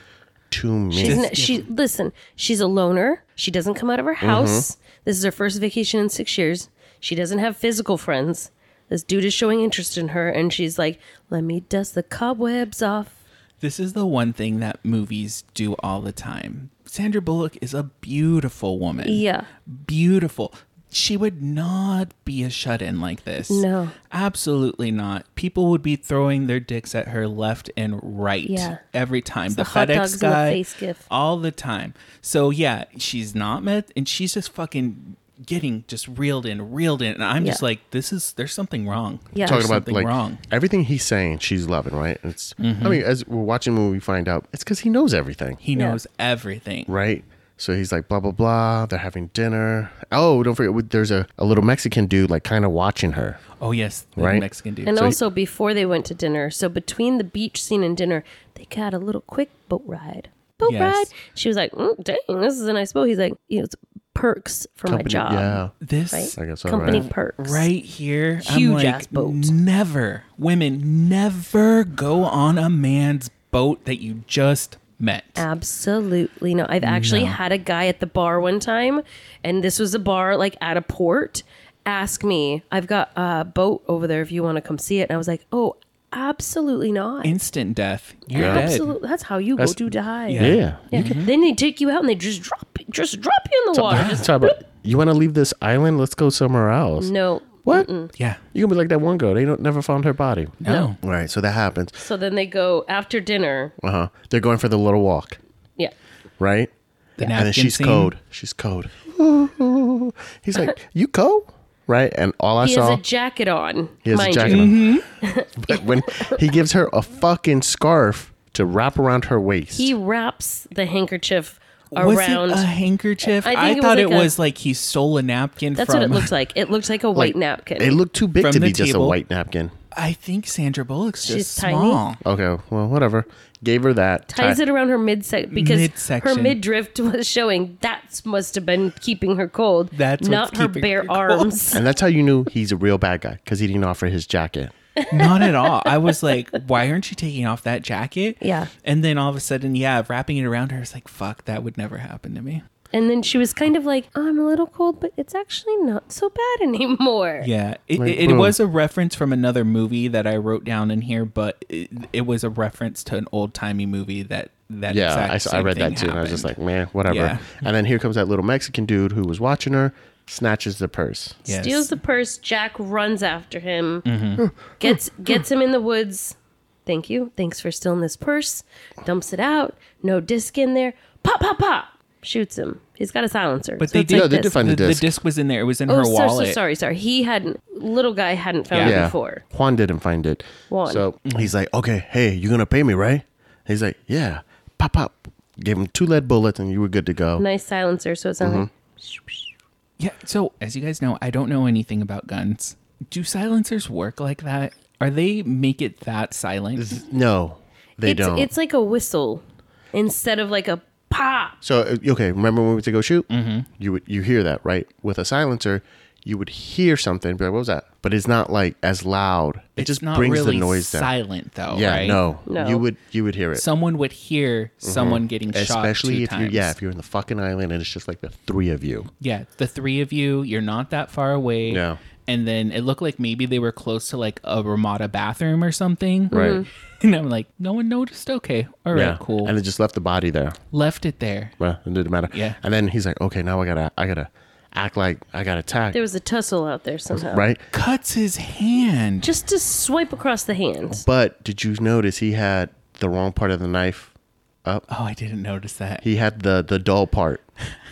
to me. She's Just n- she listen. She's a loner. She doesn't come out of her Mm-hmm. house. This is her first vacation in six years. She doesn't have physical friends. This dude is showing interest in her, and she's like, "Let me dust the cobwebs off." This is the one thing that movies do all the time. Sandra Bullock is a beautiful woman. Yeah. Beautiful. She would not be a shut in like this. No. Absolutely not. People would be throwing their dicks at her left and right Yeah. every time. the, the hot FedEx dogs in the guy face gif. all the time. So yeah, she's not met and she's just fucking getting just reeled in, reeled in. And I'm just Yeah. like, this is there's something wrong. Yeah. talking There's about something like wrong. everything he's saying, she's loving, right? And It's I mean, as we're watching the movie, we find out it's because he knows everything, He Yeah. knows everything. right? So he's like, blah blah blah. They're having dinner. Oh, don't forget, there's a, a little Mexican dude like kind of watching her. Oh yes, the Right. Mexican dude. And So he- also before they went to dinner, so between the beach scene and dinner, they got a little quick boat ride. Boat Yes. ride. She was like, mm, "Dang, this is a nice boat." He's like, "You know, it's perks for Oh my job, yeah, this right? I guess so, Company right. perks, right here Huge I'm like, ass boat. never women never go on a man's boat that you just met Uh, Absolutely no. I've actually had a guy at the bar one time, and this was a bar like at a port. Ask me, I've got a boat over there if you want to come see it. And I was like, "Oh, absolutely not. instant death you're dead Absolutely, that's how you That's- go to die." yeah. Mm-hmm. Yeah. Then they take you out and they just drop just drop you in the water. Just- Talk about you want to leave this island? Let's go somewhere else. no. What? yeah Oh, You gonna be like that one girl? They don't never found her body. no All right, so that happens. So then they go after dinner. Uh huh. They're going for the little walk, Yeah. right? The and then napkin she's scene. cold. She's cold. Ooh. He's like, "You cold?" Right? And all I He saw has a jacket on. He has mind a jacket you. Mm-hmm. on. but when he gives her a fucking scarf to wrap around her waist. He wraps the handkerchief was around. it a handkerchief I i, think it was thought like it a- was like he stole a napkin That's from what it looks like. It looks like a white Like, napkin. It looked too big From to the be just a table. white napkin. i think sandra bullock's just She's tiny. small Okay, well, whatever. Gave her that. Ties Ti- it around her midsection because Midsection. her midriff was showing. That must have been keeping her cold. That's what's not her keeping bare her cold. arms. And that's how you knew he's a real bad guy because he didn't offer his jacket. Not at all. I was like, why aren't you taking off that jacket? Yeah. And then all of a sudden, yeah, wrapping it around her, it's like, fuck, that would never happen to me. And then she was kind of like, "I'm a little cold, but it's actually not so bad anymore." Yeah, it, Like, it, it boom. was a reference from another movie that I wrote down in here, but it, it was a reference to an old timey movie that that Yeah, exact I, saw- I same read thing that too, and I was just like, happened. man, whatever. Yeah. And then here comes that little Mexican dude who was watching her, snatches the purse. Yes. Mm-hmm. steals the purse. Jack runs after him, gets gets him in the woods. Thank you. Thanks for stealing this purse. Dumps it out. No disc in there. Pop, pop, pop. shoots him. He's got a silencer. But so they it's did. like No, they did this. find a the, the disc. disc was in there. It was in Oh, her so, so wallet. sorry, sorry. He hadn't little guy hadn't found it Yeah. before. Juan didn't find it. Juan. So he's like, okay, hey, you're gonna pay me, right? He's like, yeah. Pop pop. Gave him two lead bullets, and you were good to go. Nice silencer, so it's Mm-hmm. not like Yeah. So as you guys know, I don't know anything about guns. Do silencers work like that? Are they make it that silent? No, they it's, don't. It's like a whistle instead of like a pop. so uh, okay, remember when we went to go shoot? Mm-hmm. You would you hear that right? With a silencer, you would hear something. Be like, what was that? But it's not like as loud. It It's just not brings really the noise down. silent though. yeah, right? no, No. you would you would hear it. Someone would hear someone getting shot. Especially two if you times. yeah if you're in the fucking island and it's just like the three of you. Yeah, the three of you, you're not that far away. No. And then it looked like maybe they were close to like a Ramada bathroom or something. Right. Mhm. Mm-hmm. And I'm like, no one noticed. Okay. All right, cool. And it just left the body there. Left it there. Well, it didn't matter. Yeah. And then he's like, okay, now I gotta, I gotta act like I got attacked, There was a tussle out there somehow. right? Cuts his hand. Just to swipe across the hand. But did you notice he had the wrong part of the knife up? Oh, I didn't notice that. He had the the dull part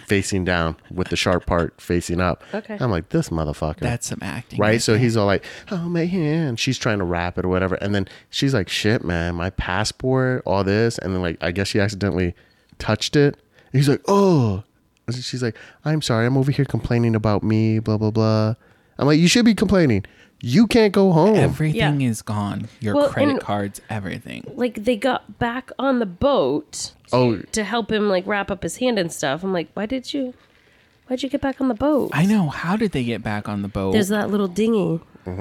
facing down with the sharp part facing up. Okay. I'm like, this motherfucker. That's some acting. right. So he's all like, oh my hand. She's trying to wrap it or whatever, and then she's like, shit, man, my passport, all this, and then like, I guess she accidentally touched it. And he's like, oh. And She's like, I'm sorry, I'm over here complaining about me, blah blah blah. I'm like, you should be complaining. You can't go home. Everything Yeah. is gone. Your Well, credit and- cards, everything. Like they got back on the boat oh, to help him like wrap up his hand and stuff. I'm like, why did you why'd you get back on the boat? I know. How did they get back on the boat? There's that little dinghy. Mm-hmm.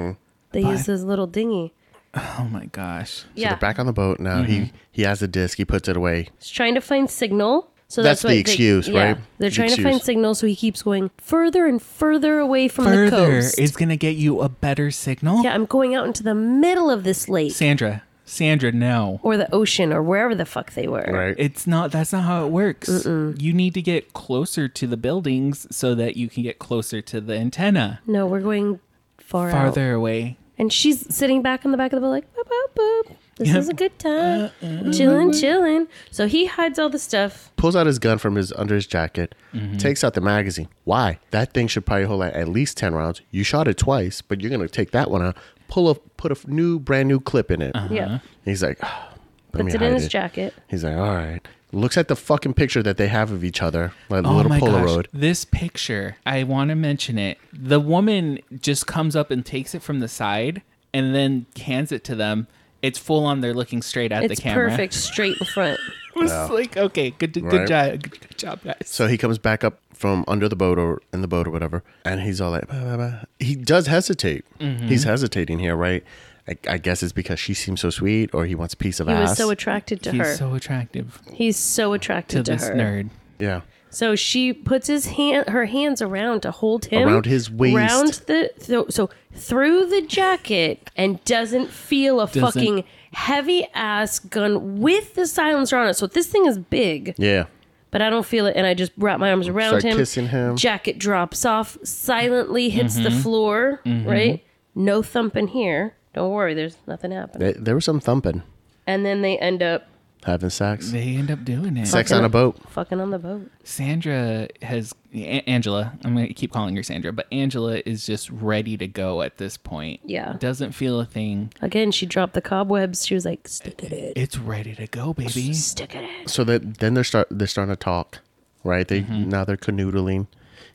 They Bye. use this little dinghy. oh my gosh. So yeah. they're back on the boat now. He he has the disc. He puts it away. He's trying to find signal. So That's that's, the why they- excuse, yeah. right? They're The trying to excuse. find signal, so he keeps going further and further away from the Further coast. is going to get you a better signal. yeah, I'm going out into the middle of this lake Sandra. Sandra, no. or the ocean or wherever the fuck they were. It's not. That's not how it works. You need to get closer to the buildings so that you can get closer to the antenna. No, we're going far out. Farther away. And she's sitting back in the back of the boat, like, boop, boop, boop. This Yeah. Uh, is a good time. chillin', chillin'. So he hides all the stuff. Pulls out his gun from his under his jacket. Mm-hmm. Takes out the magazine. Why? That thing should probably hold like, at least ten rounds. You shot it twice, but you're gonna take that one out. Pull a put a f- new brand new clip in it. Uh-huh. Yeah. He's like, "Ah, let me Puts it hide in his jacket. He's like, all right. Looks at the fucking picture that they have of each other, like the Oh little my Polaroid. gosh! This picture. I want to mention it. The woman just comes up and takes it from the side and then hands it to them. It's full on. They're looking straight at It's the camera. perfect, straight in front. It was like, okay, good, good Right. job, good, good job, guys. So he comes back up from under the boat or in the boat or whatever, and he's all like, "Bah, bah, bah." he does hesitate. Mm-hmm. He's hesitating here, right? I, I guess it's because she seems so sweet, or he wants a piece of He ass. was so attracted to He's her. so attractive He's so to attracted to, this her. nerd. yeah, So she puts his hand, her hands around to hold him Around his waist. around the so, so through the jacket, and doesn't feel a Doesn't- fucking heavy ass gun with the silencer on it. So this thing is big, yeah. but I don't feel it, and I just wrap my arms around Start him. kissing him. Mm-hmm. Jacket drops off, silently hits the floor. Right, no thumping here. Don't worry, there's nothing happening. There, there was some thumping, And then they end up having sex, They end up doing it. sex on a boat. fucking on the boat. Sandra has A- Angela. I'm going to keep calling her Sandra, but Angela is just ready to go at this point. Yeah. Doesn't feel a thing. Again, she dropped the cobwebs. She was like, "Stick it in, It's ready to go, baby. stick it in." So that then they're start they're starting to talk, right? They Mm-hmm. now they're canoodling.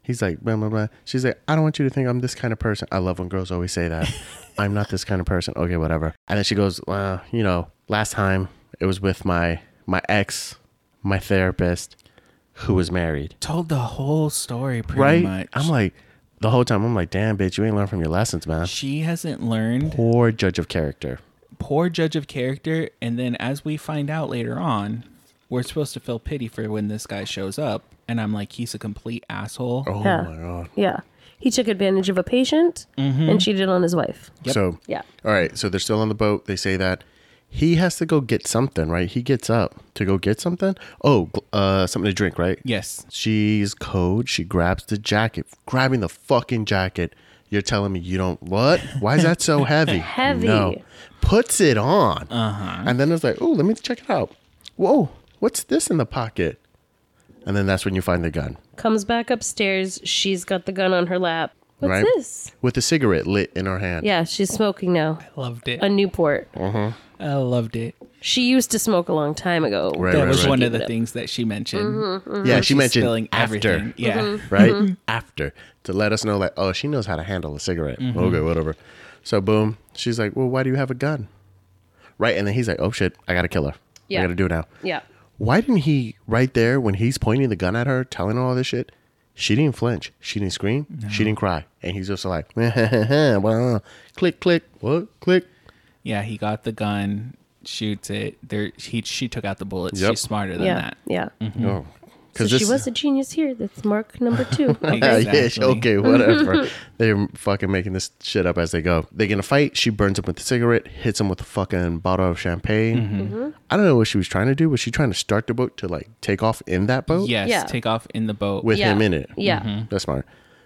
He's like blah blah blah. She's like, I don't want you to think I'm this kind of person. I love when girls always say that. I'm not this kind of person. Okay, whatever. And then she goes, well, you know, last time it was with my my ex, my therapist, who was married. Told the whole story pretty Right? much. I'm like the whole time. I'm like, damn, bitch, you ain't learned from your lessons, man. she hasn't learned. Poor judge of character. Poor judge of character. And then, as we find out later on, we're supposed to feel pity for when this guy shows up. And I'm like, he's a complete asshole. Oh Yeah. my god. Yeah. He took advantage of a patient Mm-hmm. and cheated on his wife. So Yeah. All right. So they're still on the boat. They say that he has to go get something, right? He gets up to go get something. Oh, gl- uh, something to drink, right? Yes. She's code. She grabs the jacket. Grabbing the fucking jacket. You're telling me you don't what? Why is that so heavy? Heavy. Uh-huh. No. Puts it on. Uh huh. And then it's like, oh, let me check it out. Whoa, what's this in the pocket? And then that's when you find the gun, Comes back upstairs. She's got the gun on her lap. What's right? this? With a cigarette lit in her hand. Yeah, she's smoking now. Loved it. A Newport. I loved it. She used to smoke a long time ago. Right, That right, was right. one of Give it the up. Mm-hmm, things that she mentioned. Yeah, she She's mentioned spilling after, everything. Yeah. right? After to let us know, like, oh, she knows how to handle a cigarette. Mm-hmm. Okay, whatever. So boom, she's like, well, why do you have a gun? Right, and then he's like, oh shit, I gotta kill her. Yeah. I gotta do it now. Yeah. Why didn't he right there when he's pointing the gun at her, telling her all this shit? She didn't flinch. She didn't scream. She didn't cry. And he's just like, wow. click, click, what, click. Yeah, he got the gun, shoots it. There, he she took out the bullets. Yep. She's smarter than Yeah. that. Mm. Yeah. Oh, Mm-hmm. So because she was a genius here. That's mark number two. Yeah, Exactly. yeah, sh- okay, whatever. They're fucking making this shit up as they go. They're gonna fight. She burns him with a cigarette, hits him with a fucking bottle of champagne. Mm-hmm. I don't know what she was trying to do. Was she trying to start the boat to like take off in that boat? Yes, Yeah. take off in the boat. with Yeah. him in it. Yeah. that's smart.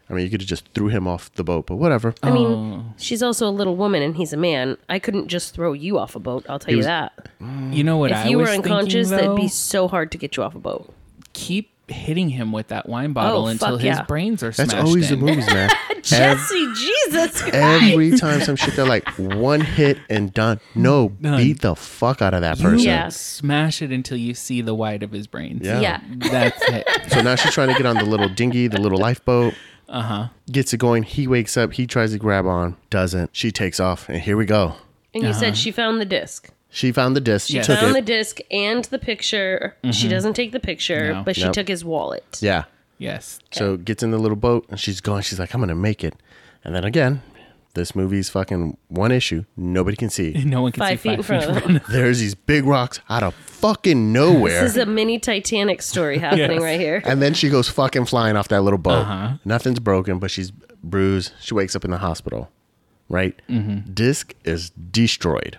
I mean, you could have just threw him off the boat, but whatever. I mean, she's also a little woman and he's a man. I couldn't just throw you off a boat. I'll tell you was- that. you know what? If I you were was unconscious, thinking, though, that'd be so hard to get you off a boat. keep hitting him with that wine bottle Oh, until fuck his yeah. brains are That's smashed. always in. the movies, man. Ev- Jesse, Jesus Christ. Every time some shit, they're like one hit and done. No, beat the fuck out of that person. Yeah. Smash it until you see the white of his brains. Yeah. Yeah. That's it. So now she's trying to get on the little dinghy, the little lifeboat. Uh huh. Gets it going. He wakes up. He tries to grab on. Doesn't. She takes off. And here we go. And you said she found the disc. She found the disc. She Yes. Uh-huh. took Found the it. disc and the picture. She doesn't take the picture, No. but she Nope. took his wallet. yeah. Yes. So gets in the little boat and she's going. She's like, I'm gonna make it. And then again, this movie's fucking one issue. Nobody can see. No one can Five see feet in front of them. There's these big rocks out of fucking nowhere. This is a mini Titanic story happening Yes. right here. and then she goes fucking flying off that little boat. Nothing's broken, but she's bruised. She wakes up in the hospital, right? Disc is destroyed.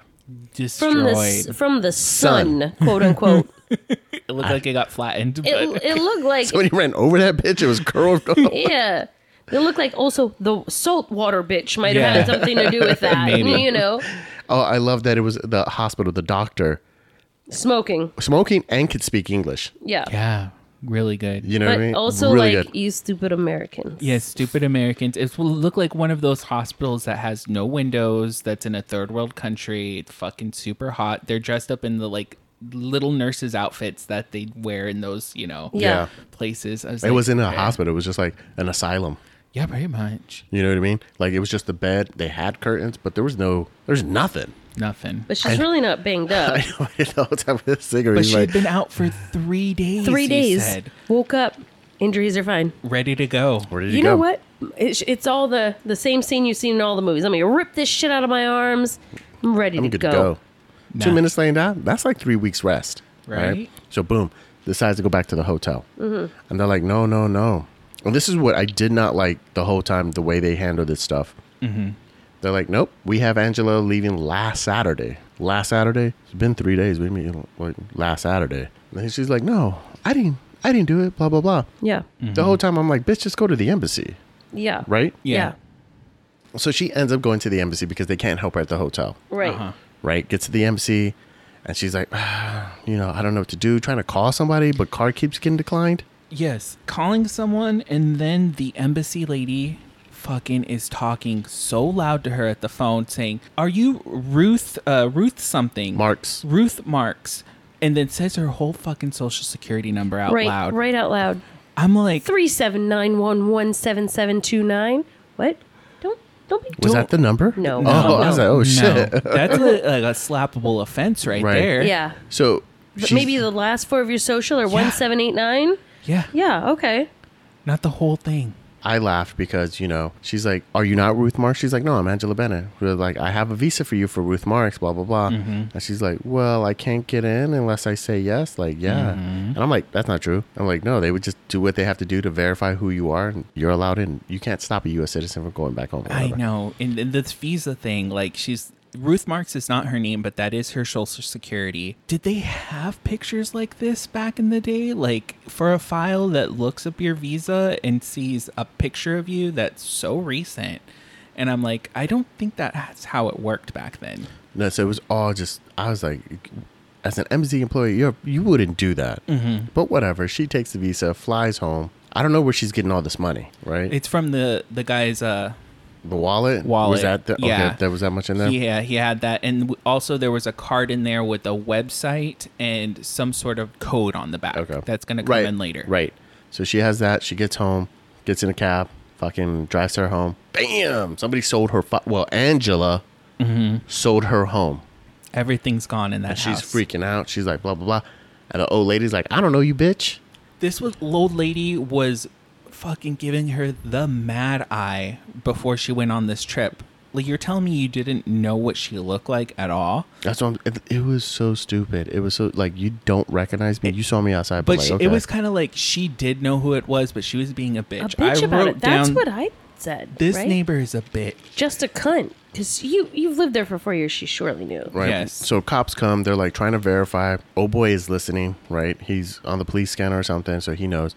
Destroyed. From the s- from the sun, quote unquote. it looked like it got flattened. but- it it looked like So when he ran over that bitch, it was curved up. yeah. It looked like also the salt water bitch might have Yeah. had something to do with that. Maybe. You know, Oh, I love that it was the hospital, the doctor, smoking. smoking and could speak English. Yeah. yeah. Really good. You know But what I mean? also really like good. you stupid Americans. Yeah, stupid Americans. It will look like one of those hospitals that has no windows, that's in a third world country. It's fucking super hot. They're dressed up in the like little nurses' outfits that they wear in those, you know, Yeah. places. I was It like, wasn't a "Okay." hospital. It was just like an asylum. Yeah, pretty much. You know what I mean? Like it was just the bed. They had curtains, but there was no, there's nothing. Nothing. But she's really not banged up. I know the whole time with a cigarette. But he's she like, had been out for three days. Three he days. said. Woke up. Injuries are fine. ready to go. Where did You, know what? It's, it's all the the same scene you've seen in all the movies. Let me rip this shit out of my arms. I'm ready I'm to, good go. to go. Two Nah. minutes laying down, that's like three weeks rest. Right. So, boom, decides to go back to the hotel. And they're like, no, no, no. And this is what I did not like the whole time, the way they handled this stuff. Mm-hmm. They're like, nope, we have Angela leaving last Saturday. Last Saturday? It's been three days. What do you mean, you don't- like, last Saturday? And she's like, no, I didn't. I didn't do it, blah, blah, blah. Yeah. Mm-hmm. The whole time I'm like, bitch, just go to the embassy, Yeah. right? Yeah. Yeah. So she ends up going to the embassy because they can't help her at the hotel. Right. Uh-huh. right? Gets to the embassy, and she's like, "Ah, you know, I don't know what to do. Trying to call somebody, but card keeps getting declined. Yes, calling someone and then the embassy lady fucking is talking so loud to her at the phone saying, "Are you Ruth uh Ruth something?" Marks. Ruth Marks. And then says her whole fucking social security number out Right. loud. Right out loud. I'm like, Three seven nine one one seven seven two nine. What? Don't don't be. Was that the number? No. Oh, No, I was like, oh shit. That's a, like a slappable offense right, Right. there. Yeah. So But she's- maybe the last four of your social are one seven eight nine. Yeah. Yeah. Okay. Not the whole thing. I laughed because you know she's like, "Are you not Ruth Marks?" She's like, "No, I'm Angela Bennett." We're like, "I have a visa for you for Ruth Marks." Blah blah blah. And she's like, "Well, I can't get in unless I say yes." Like, yeah. And I'm like, "That's not true." I'm like, "No, they would just do what they have to do to verify who you are, and you're allowed in. You can't stop a U.S. citizen from going back home." or I whatever." know. And, and this visa thing, like she's Ruth Marks is not her name, but that is her social security. Did they have pictures like this back in the day? Like for a file that looks up your visa and sees a picture of you that's so recent. And I'm like, I don't think that that's how it worked back then. No, so it was all just I was like as an MZ employee, you're, you wouldn't do that. Mm-hmm. But whatever. She takes the visa, flies home. I don't know where she's getting all this money, right? It's from the the guy's uh the wallet. Wallet, Was that the, yeah. Okay, there was that much in there. Yeah, he had that, and w- also there was a card in there with a website and some sort of code on the back. Okay. that's gonna come right, in later. Right. So she has that. She gets home, gets in a cab, fucking drives her home. Bam! Somebody sold her. Fu- well, Angela sold her home. everything's gone in that She's Mm-hmm. house. freaking out. She's like, blah, blah, blah. And the old lady's like, I don't know you, bitch. This was old lady was fucking giving her the mad eye before she went on this trip. Like you're telling me you didn't know what she looked like at all. That's what I'm, it, it was so stupid. It was so, like, you don't recognize me. You saw me outside. But like, she, okay. it was kind of like she did know who it was, but she was being a bitch. A bitch I about wrote it. That's down what I said. this right? neighbor is a bitch. just a cunt. Because you you've lived there for four years. She surely knew. Right. Yes. So cops come. They're like trying to verify. Oh boy is listening. Right. He's on the police scanner or something, so he knows.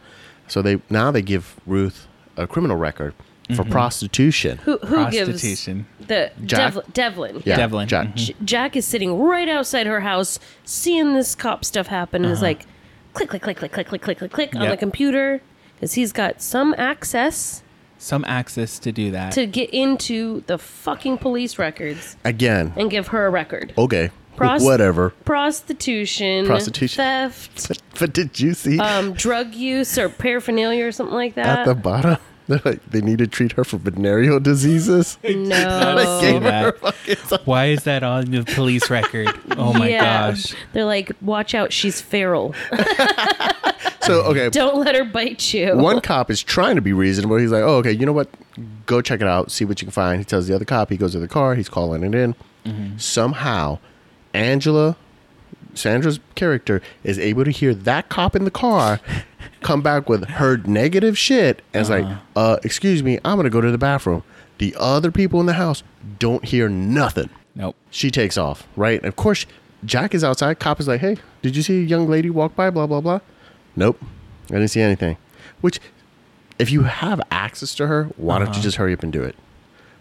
So they now they give Ruth a criminal record for Mm-hmm. prostitution. Who who gives Prostitution. the Jack? Devlin? Devlin. Yeah, Devlin. Jack. Mhm. J- Jack is sitting right outside her house, seeing this cop stuff happen, Uh-huh. and is like, click click click click click click click click click on Yep. the computer because he's got some access Some access to do that. to get into the fucking police records Again. and give her a record. Okay. Prost- Whatever. Prostitution, Prostitution. theft, But did you see um, drug use, or paraphernalia, or something like at that. the bottom? They're like, they need to treat her for venereal diseases. no, They gave see her that. fucking Why is that on the police record? Oh my gosh. They're like, watch out, she's feral. So okay, Don't let her bite you. one cop is trying to be reasonable. He's like, "Oh, okay, you know what? Go check it out, see what you can find." He tells the other cop. He goes to the car. He's calling it in. Somehow, Angela, Sandra's character, is able to hear that cop in the car come back with her negative shit and is like, "Uh, excuse me, I'm gonna go to the bathroom." The other people in the house don't hear nothing. Nope. She takes off, right? And of course, Jack is outside. Cop is like, hey, did you see a young lady walk by? Blah, blah, blah. Nope. I didn't see anything. Which, if you have access to her, why don't you just hurry up and do it?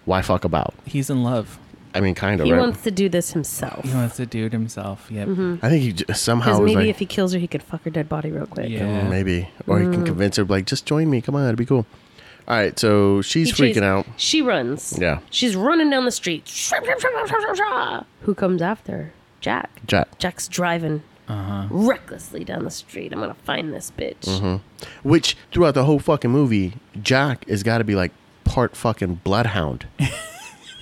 Why fuck about? He's in love. I mean, kind of, he right? wants to do this himself. He wants to do it himself. Yep. Mm-hmm. I think he j- somehow Because was maybe like, if he kills her, he could fuck her dead body real quick. Yeah. "Mm, maybe. Or he can convince her, like, just join me. Come on, it'd be cool. All right, so she's He freaking chased- out. She runs. Yeah. She's running down the street. Who comes after? her? Jack. Jack. Jack's driving Uh-huh. recklessly down the street. I'm going to find this bitch. Mm-hmm. Which, throughout the whole fucking movie, Jack has got to be like part fucking bloodhound.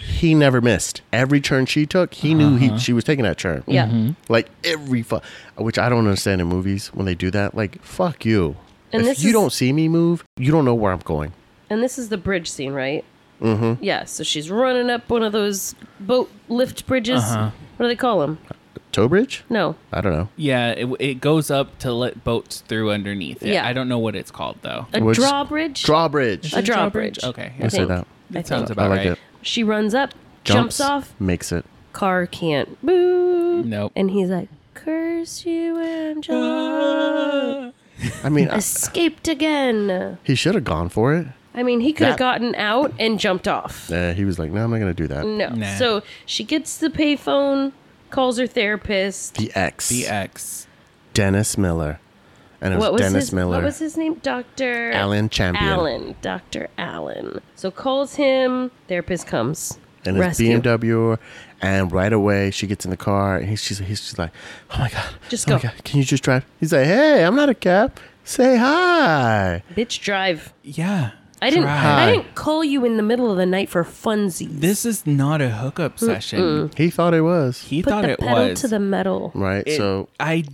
he never missed. Every turn she took, he knew Uh-huh. he she was taking that turn. Yeah. Mm-hmm. Like every fuck, which I don't understand in movies when they do that. Like fuck you. And if this you is- don't see me move, you don't know where I'm going. And this is the bridge scene, right? Mm-hmm. Yeah. So she's running up one of those boat lift bridges. Uh-huh. What do they call them? Toe bridge? No. I don't know. Yeah, it, it goes up to let boats through underneath. It. Yeah. I don't know what it's called though. A Which- drawbridge? Drawbridge. a it a drawbridge. drawbridge? Okay. I I say think. that. I That sounds think. about I like right. it. She runs up, jumps, off, makes it. car can't move. Nope. And he's like, curse you, Angela. I mean, I- Escaped again. he should have gone for it. I mean, he could have That- gotten out and jumped off. Uh, he was like, "No, I'm not gonna do that." No. Nah. So she gets the payphone, calls her therapist. The ex, The X. Dennis Miller, and it was, What was Dennis his Miller. What was his name? Dr. Alan Champion. Allen. Dr. Allen. So calls him, therapist comes. and his Rescue. BMW. And right away, she gets in the car, and he's, she's, he's just like, "Oh my god, Just oh my go. God, can you just drive?" He's like, "Hey, I'm not a cab. Say hi." Bitch drive. Yeah. I didn't Try. Hi. I didn't call you in the middle of the night for funsies. This is not a hookup session. He thought it was He Put thought the it pedal was. to the metal. right. It- so I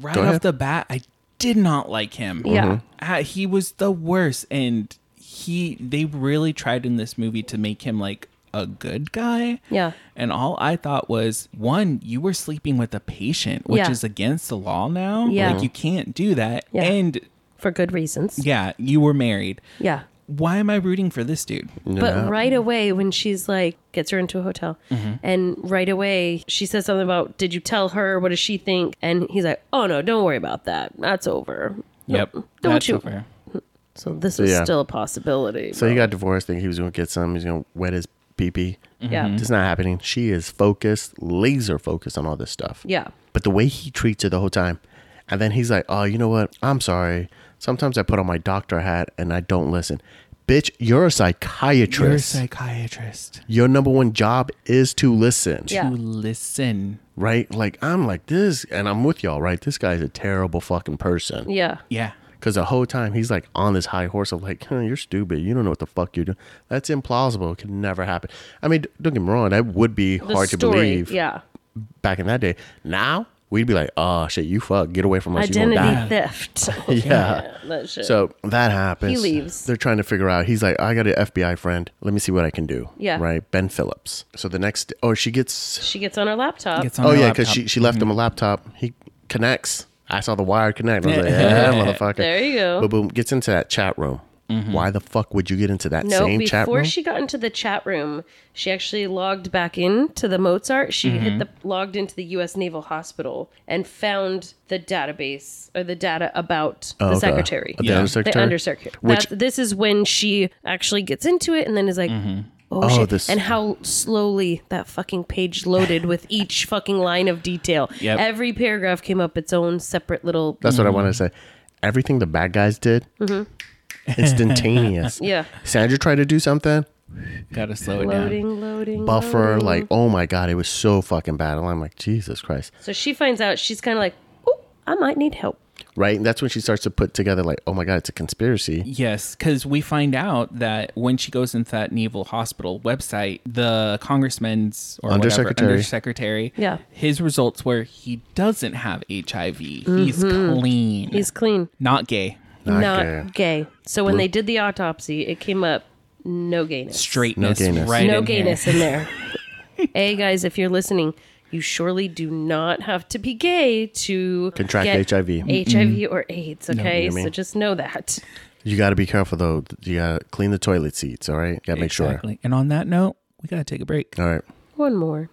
right Go off ahead. Mm-hmm. the bat, I did not like him. Yeah. Mhm. Uh, he was the worst, and he they really tried in this movie to make him like a good guy. Yeah. And all I thought was, one, you were sleeping with a patient, which Yeah. is against the law now. Yeah. Like you can't do that. Yeah. And For good reasons. yeah, you were married. Yeah. Why am I rooting for this dude? But Yeah. Mm-hmm. right away, when she's like, gets her into a hotel, and right away, she says something about, Did you tell her? What does she think? And he's like, Oh, no, don't worry about that. That's over. Yep. That's you- over. So this was yeah. still a possibility. so he got divorced, thinking he was gonna get some. He's gonna wet his pee pee. Yeah. It's not happening. She is focused, laser focused on all this stuff. Yeah. But the way he treats her the whole time, and then he's like, "Oh, you know what? I'm sorry. Sometimes I put on my doctor hat and I don't listen." Bitch, you're a psychiatrist. You're a psychiatrist. Your number one job is to listen. To Yeah. listen. Right? Like I'm like this and I'm with y'all, right? This guy's a terrible fucking person. Yeah. Yeah. Because the whole time he's like on this high horse of like, huh, you're stupid. You don't know what the fuck you're doing. That's implausible. It could never happen. I mean, don't get me wrong. That would be The hard to story. believe Yeah. back in that day. Now, we'd be like, oh, shit, you fuck. Get away from us. Identity You won't die. theft. Yeah. that shit. So that happens. He leaves. They're trying to figure out. He's like, I got an FBI friend. Let me see what I can do. Yeah. Right? Ben Phillips. So the next, oh, she gets, she gets on her laptop. Gets on oh, her yeah, because laptop. Mm-hmm. she, she left him a laptop. He connects. I saw the wire connect. I was like, yeah, motherfucker. There you go. Boom, boom. Gets into that chat room. Mm-hmm. Why the fuck would you get into that No, same chat room? before she got into the chat room, she actually logged back into the Mozart. She hit the logged into the U.S. Naval Hospital and found the database or the data about the Oh, okay. secretary, The Yeah. the undersecretary. undersecretary. Which- That's- this is when she actually gets into it and then is like. Oh, Oh, shit. this- And how slowly that fucking page loaded with each fucking line of detail. Yep. Every paragraph came up its own separate little. That's Mm-hmm. what I want to say. Everything the bad guys did, instantaneous. Mm-hmm. Yeah. Sandra tried to do something, Gotta slow it down. Loading, loading. buffer, loading. like, oh my God, it was so fucking bad. And I'm like, Jesus Christ. So she finds out, she's kind of like, oh, I might need help. Right? And that's when she starts to put together, like, oh my God, it's a conspiracy. Yes, because we find out that when she goes into that naval hospital website, the congressman's or Undersecretary. whatever, undersecretary, Yeah. his results were he doesn't have HIV. He's clean. Mm-hmm. He's clean, not gay. Not not, gay. gay. So when they did the autopsy, it came up no gayness. Straightness, No gayness. right? no in here. gayness in there. hey, guys, if you're listening, you surely do not have to be gay to Contract get HIV. HIV Mm-hmm. or AIDS, okay? I mean. so just know that. You got to be careful, though. You got to clean the toilet seats, all right? Got to make Exactly. And on that note, we gotta take a break. sure. All right. One more.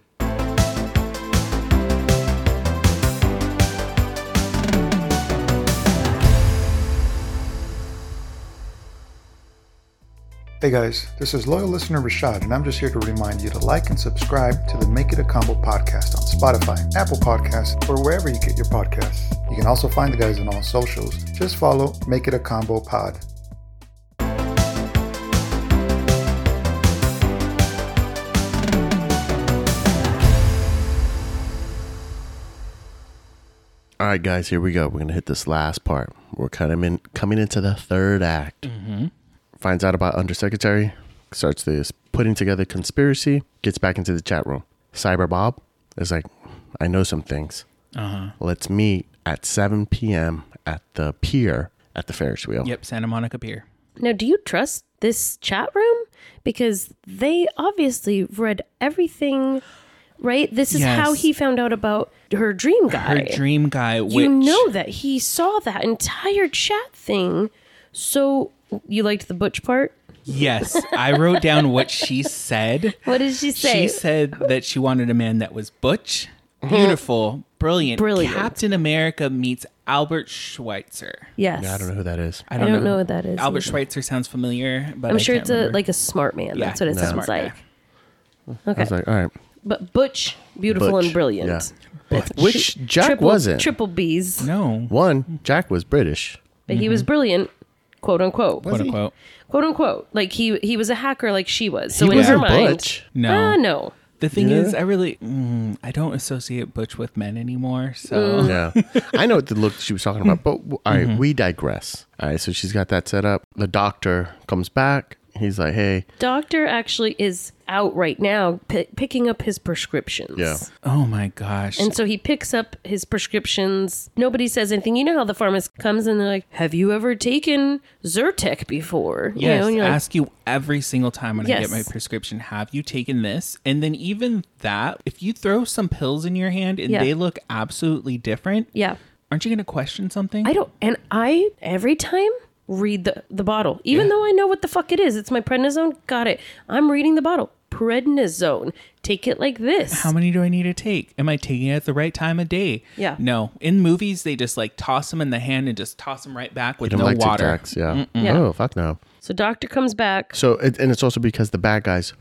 Hey guys, this is loyal listener Rashad, and I'm just here to remind you to like and subscribe to the Make It a Combo podcast on Spotify, Apple Podcasts, or wherever you get your podcasts. You can also find the guys on all socials. Just follow Make It a Combo Pod. All right, guys, here we go. We're gonna hit this last part. We're kind of in coming into the third act. Finds out about undersecretary, starts this putting together conspiracy. Gets back into the chat room. Cyber Bob is like, I know some things. Uh-huh. Let's meet at 7 p.m. at the pier at the Ferris wheel. Yep, Santa Monica Pier. Now, do you trust this chat room? Because they obviously read everything, right? This is how Yes. he found out about her dream guy. Her dream guy, you which know that he saw that entire chat thing. So you liked the butch part? yes, I wrote down what she said. What did she say? Uh-huh. She said that she wanted a man that was butch, beautiful, brilliant. Brilliant. Captain America meets Albert Schweitzer. yes. Yeah, I don't know who that is. I don't know what that is Albert either. Schweitzer sounds familiar, but I'm I sure can't it's a remember. like a smart man. Yeah, That's what it no. sounds Smart guy. like. I was like, all right, But butch, beautiful Butch, and brilliant. yeah. That's Which tri- Jack triple- wasn't. Triple B's, no, one Jack was British. but Mm-hmm. he was brilliant, quote unquote. quote unquote. quote unquote. Like he he was a hacker, like she was. So He in her wasn't mind, butch. No. Ah, no. The thing Yeah. is, I really mm, I don't associate butch with men anymore. So Mm. Yeah, I know what the look she was talking about, but all right, Mm-hmm. we digress. All right, so she's got that set up. The doctor comes back. He's like, hey, Doctor actually is out right now p- picking up his prescriptions. Yeah. oh my gosh, And so he picks up his prescriptions. Nobody says anything. You know how the pharmacist comes and they're like, "Have you ever taken Zyrtec before?" You Yes, know, and you're like, ask you every single time when I get Yes. my prescription, have you taken this? And then even that, if you throw some pills in your hand and Yeah. they look absolutely different, yeah. aren't you going to question something? I don't. And I every time read the the bottle, even though I know what the fuck it is. It's my prednisone. Got it. I'm reading the bottle. Prednisone. Take it like this. How many do I need to take? Am I taking it at the right time of day? Yeah. No. In movies, they just like toss them in the hand and just toss them right back with Didn't no like Tic water. Tacs, Yeah. Yeah. Oh fuck no. so doctor comes back. So it, and it's also because the bad guys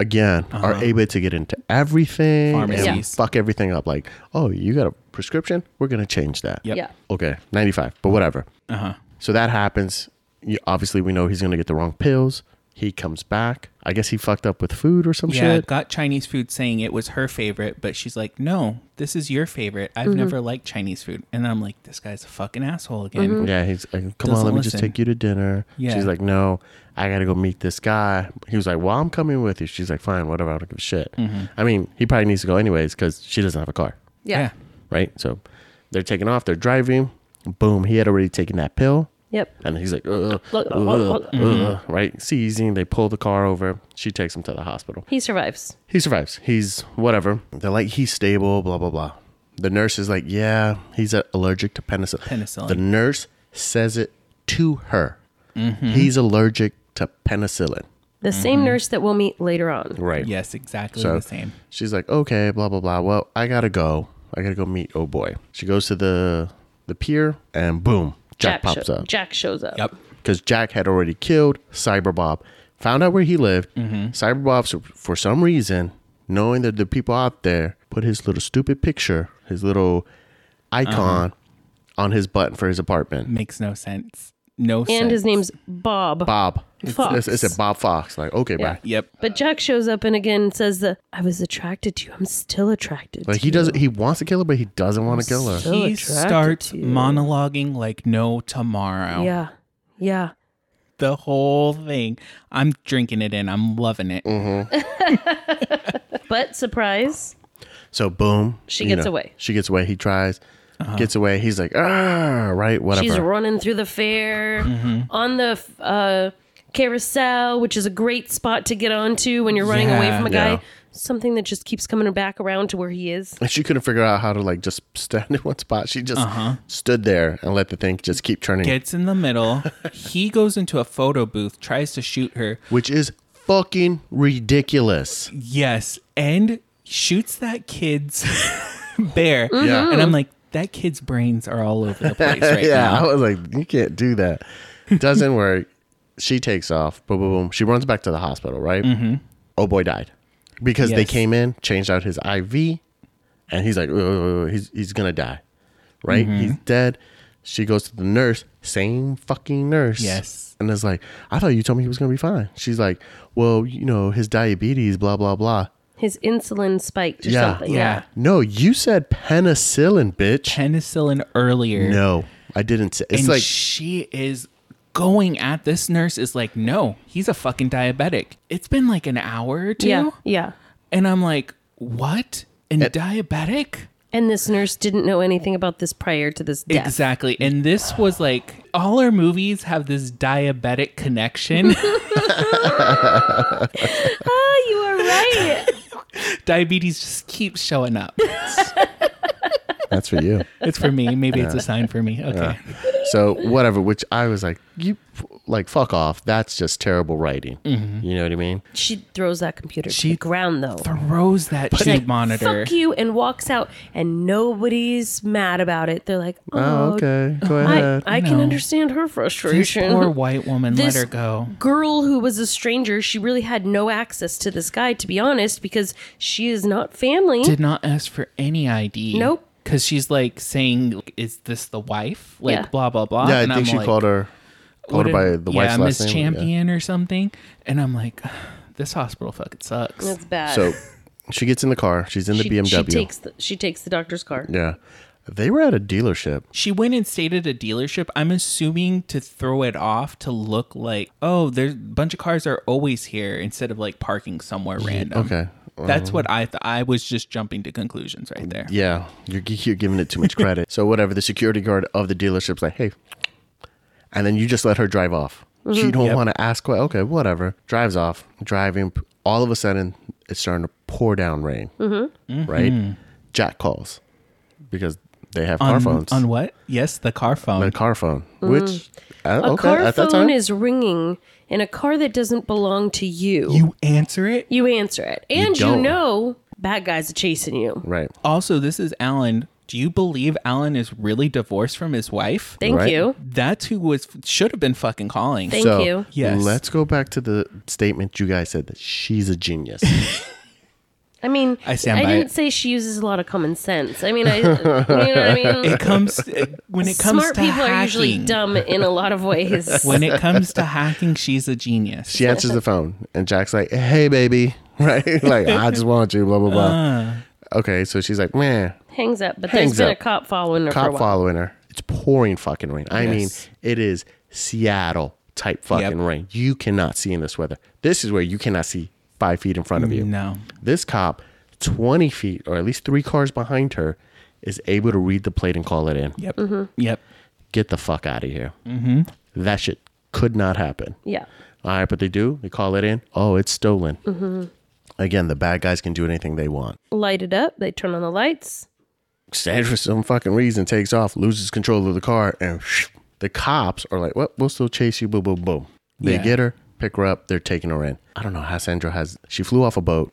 again are able to get into everything and Uh-huh. Pharmacies. fuck everything up. Like, oh, you got a prescription? We're gonna change that. Yep. Yeah. Okay, ninety five, but whatever. Uh huh. So that happens. You, obviously, we know he's gonna get the wrong pills. He comes back. I guess he fucked up with food or some Yeah, shit. got Chinese food saying it was her favorite, but she's like, no, this is your favorite. I've Mm-hmm. never liked Chinese food. And I'm like, this guy's a fucking asshole again. Mm-hmm. Yeah, he's like, come on, Doesn't let me just listen. take you to dinner. Yeah. She's like, no, I gotta go meet this guy. He was like, well, I'm coming with you. She's like, fine, whatever, I don't give a shit. Mm-hmm. I mean, he probably needs to go anyways because she doesn't have a car, Yeah. right? So they're taking off, they're driving. Boom, he had already taken that pill. Yep. And he's like, ugh, Look, ugh, look, look. Mm-hmm. ugh, right? Seizing, they pull the car over. She takes him to the hospital. He survives. He survives. He's whatever. They're like, he's stable, blah, blah, blah. The nurse is like, yeah, he's uh, allergic to penicillin. Penicillin. The nurse says it to her. He's allergic to penicillin. The same nurse that we'll meet later on. Right. Yes, exactly So the same. she's like, okay, blah, blah, blah. Well, I got to go. I got to go meet oh boy. She goes to the the pier and boom, Jack, pops sho- up. Jack shows up. Yep. because Jack had already killed Cyber Bob, found out where he lived. Mm-hmm. Cyber Bob, so- for some reason, knowing that the people out there put his little stupid picture, his little icon Uh-huh. on his button for his apartment. Makes no sense. No sense. And his name's Bob. Bob. It's, Fox. it's, it's a Bob Fox. Like, okay, Yeah. bye. Yep. But Jack shows up and again says that I was attracted to you. I'm still attracted Like to he you." doesn't. He wants to kill her, but he doesn't want to kill her. So he attracted starts to you. monologuing like no tomorrow. Yeah. Yeah. The whole thing. I'm drinking it in. I'm loving it. Mm-hmm. But surprise. So boom, She you gets away. Uh-huh. She gets away. He tries, gets away. He's like, ah, right, whatever. She's running through the fair Mm-hmm. on the f- uh, carousel, which is a great spot to get onto when you're running away Yeah. from a guy. Yeah. Something that just keeps coming back around to where he is. And she couldn't figure out how to like just stand in one spot. She just Uh-huh. stood there and let the thing just keep turning. Gets in the middle. he goes into a photo booth, tries to shoot her. which is fucking ridiculous. Yes. And shoots that kid's bear. Mm-hmm. Yeah. And I'm like, that kid's brains are all over the place right yeah, now. I was like, you can't do that. Doesn't work. She takes off. Boom, boom, boom. She runs back to the hospital, right? Mm-hmm. Oh boy, died because they Yes. came in, changed out his IV, and he's like, "Ugh, he's he's gonna die, right? Mm-hmm. He's dead. She goes to the nurse, same fucking nurse. Yes. And it's like, I thought you told me he was gonna be fine. She's like, well, you know, his diabetes, blah blah blah. His insulin spiked or Yeah. something. Yeah. No, you said penicillin, bitch. Penicillin earlier. No, I didn't say. It's and like she is going at this nurse is like no he's a fucking diabetic it's been like an hour or two Yeah. Yeah. and i'm like what and diabetic And this nurse didn't know anything about this prior to this death. exactly and this was like all our movies have this diabetic connection Oh, you are right. diabetes just keeps showing up that's for you. it's for me maybe it's a sign for me okay So whatever. Which I was like, you like fuck off. That's just terrible writing. Mm-hmm. You know what I mean? she throws that computer to She the ground, though. throws that tube She's like, monitor Fuck you, and walks out, and nobody's mad about it. They're like, oh, Oh, okay. Go I, ahead. I can No. understand her this frustration. poor white woman This let her go girl who was a stranger, she really had no access to this guy, to be honest, because she is not family. did not ask for any ID. Nope. Because she's like saying, like, "Is this the wife?" Like Yeah. blah blah blah. yeah, I And think I'm she like, called her called her what by did- the yeah, wife's last Miss name. yeah. Champion or something. And I'm like, this hospital fucking sucks. That's bad. So she gets in the car. She's in the she, she BMW. takes the, she takes the doctor's car. yeah, they were at a dealership. She went and stayed at a dealership. I'm assuming to throw it off to look like, oh, there's a bunch of cars are always here instead of like parking somewhere random. Okay. Uh-huh. That's what I thought. I was just jumping to conclusions right there. Yeah, you're, you're giving it too much credit. so whatever, the security guard of the dealership's like, hey, and then you just let her drive off. Mm-hmm. She don't want to ask. What? Okay, whatever. Drives off. Driving. p- All of a sudden, it's starting to pour down rain. Mm-hmm. Right. Jack calls because they have car on, phones. on what? Yes, the car phone. a car phone, which uh, Mm-hmm. A okay car at phone that time. is ringing in a car that doesn't belong to you. you answer it. You answer it, and you, don't. Mm, know bad guys are chasing you. right. Also, this is Alan Do you believe Alan is really divorced from his wife? Thank Right. you. That's who was should have been fucking calling. Thank so you. Yes. let's go back to the statement you guys said that she's a genius. I mean, I stand by didn't it. say she uses a lot of common sense. I mean, I, you know what I mean? it comes uh, when it comes Smart to people hacking, are usually dumb in a lot of ways. When it comes to hacking, she's a genius. she answers the phone and Jack's like, "Hey, baby," right? like, I just want you, blah blah blah. Uh. Okay, so she's like, "Man, Hangs up, but Hangs there's been up. a cop following her for a cop while. following her. It's pouring fucking rain. I Yes. mean, it is Seattle type fucking Yep. rain. You cannot see in this weather. This is where you cannot see five feet in front of you. No. This cop, 20 feet or at least three cars behind her, is able to read the plate and call it in. Yep. Mm-hmm. Yep. Get the fuck out of here. Mm-hmm. That shit could not happen. Yeah. All right, but they do. They call it in. Oh, it's stolen. Mm-hmm. Again, the bad guys can do anything they want. Light it up. They turn on the lights. Sandra, for some fucking reason, takes off, loses control of the car, and the cops are like, "Well, we'll still chase you." Boom, boom, boom. They Yeah. get her, pick her up. They're taking her in. I don't know how Sandra has. She flew off a boat,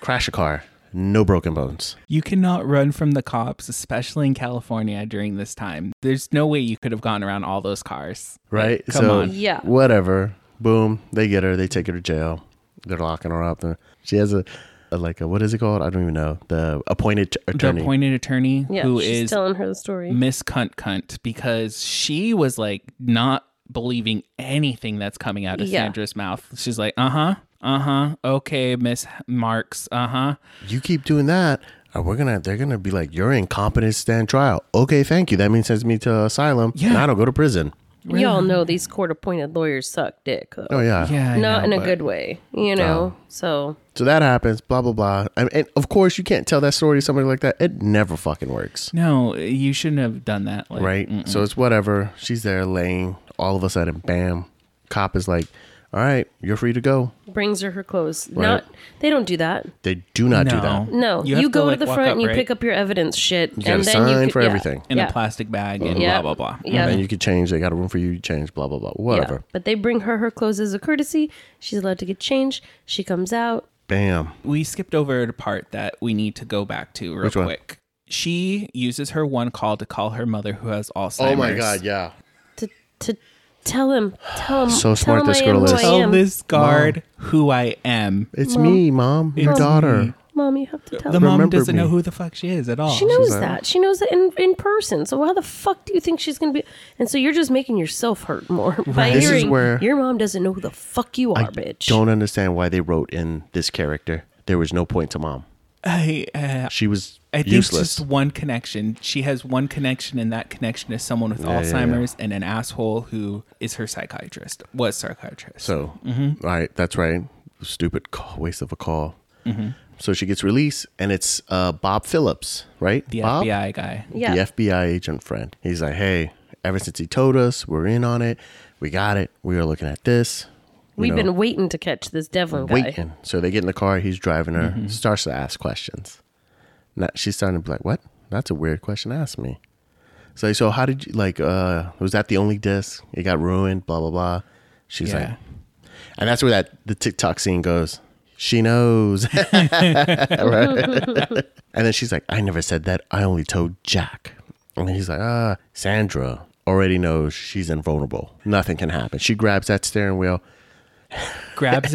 crashed a car, no broken bones. You cannot run from the cops, especially in California during this time. There's no way you could have gone around all those cars. Right? Come so, on. Yeah. Whatever. Boom. They get her. They take her to jail. They're locking her up. She has a, a like a what is it called? I don't even know. The appointed t- attorney. The appointed attorney Yeah. who she's is telling her the story. Miss Cunt Cunt because she was like not believing anything that's coming out of Yeah. Sandra's mouth. She's like, uh huh, uh huh, okay, Miss Marks, uh huh. you keep doing that, and we're gonna they're gonna be like, You're incompetent to stand trial. Okay, thank you. That means sends me to asylum. Yeah. And I don't go to prison. Y'all know these court appointed lawyers suck dick, though. Oh yeah. Yeah, I Not know, in a but- good way, you know? So, So that happens, blah blah blah. And, and of course you can't tell that story to somebody like that. It never fucking works. No, you shouldn't have done that. Like, mm, Right? So it's whatever. She's there laying, all of a sudden, bam. Cop is like, All right, you're free to go. brings her her clothes. Right. Not, they don't do that. They do not do No. that. No, You you, have to, go like, to the walk front up, and you right? pick up your evidence shit, gotta and then sign you c- for yeah, everything. In yeah, a plastic bag and Yeah. blah blah blah. Yeah. And you can change. They got a room for you to change, blah, blah, blah. yeah. Whatever. But they bring her her clothes as a courtesy. She's allowed to get changed. She comes out. Bam. We skipped over a part that we need to go back to real Which one? quick. She uses her one call to call her mother who has Alzheimer's. Oh my god, yeah. to to tell him, tell him, So tell smart him this I girl am is. Who I Tell am. this guard who I am. It's me, mom. Oh, Your It's daughter. me. Mom, you have to tell. The him. mom Remember doesn't know me. who the fuck she is at all. She knows that. She knows that in, in person. So how the fuck do you think she's gonna be? And so you're just making yourself hurt more by This is hearing where- your mom doesn't know who the fuck you are, I bitch. don't understand why they wrote in this character. There was no point to mom. I, uh, She was I think useless. just one connection. She has one connection, and that connection is someone with yeah, yeah. Alzheimer's and an asshole who is her psychiatrist. Was psychiatrist. so, Mm-hmm. right, that's right. Stupid call, waste of a call. Mm-hmm. So she gets released, and it's uh, Bob Phillips, right? the Bob? FBI guy. yeah. the FBI agent friend. He's like, hey, ever since he told us, we're in on it. We got it. We are looking at this. you We've know, been waiting to catch this Devlin guy. waiting. So they get in the car. He's driving her. Starts to ask questions. Now, she's starting to be like, "What? That's a weird question to ask me." So, so how did you like? uh Was that the only disc? It got ruined. Blah blah blah. She's Yeah. like, and that's where that the TikTok scene goes. She knows, Right? and then she's like, "I never said that. I only told Jack." And he's like, "Ah, Sandra already knows she's invulnerable. Nothing can happen." She grabs that steering wheel. Grabs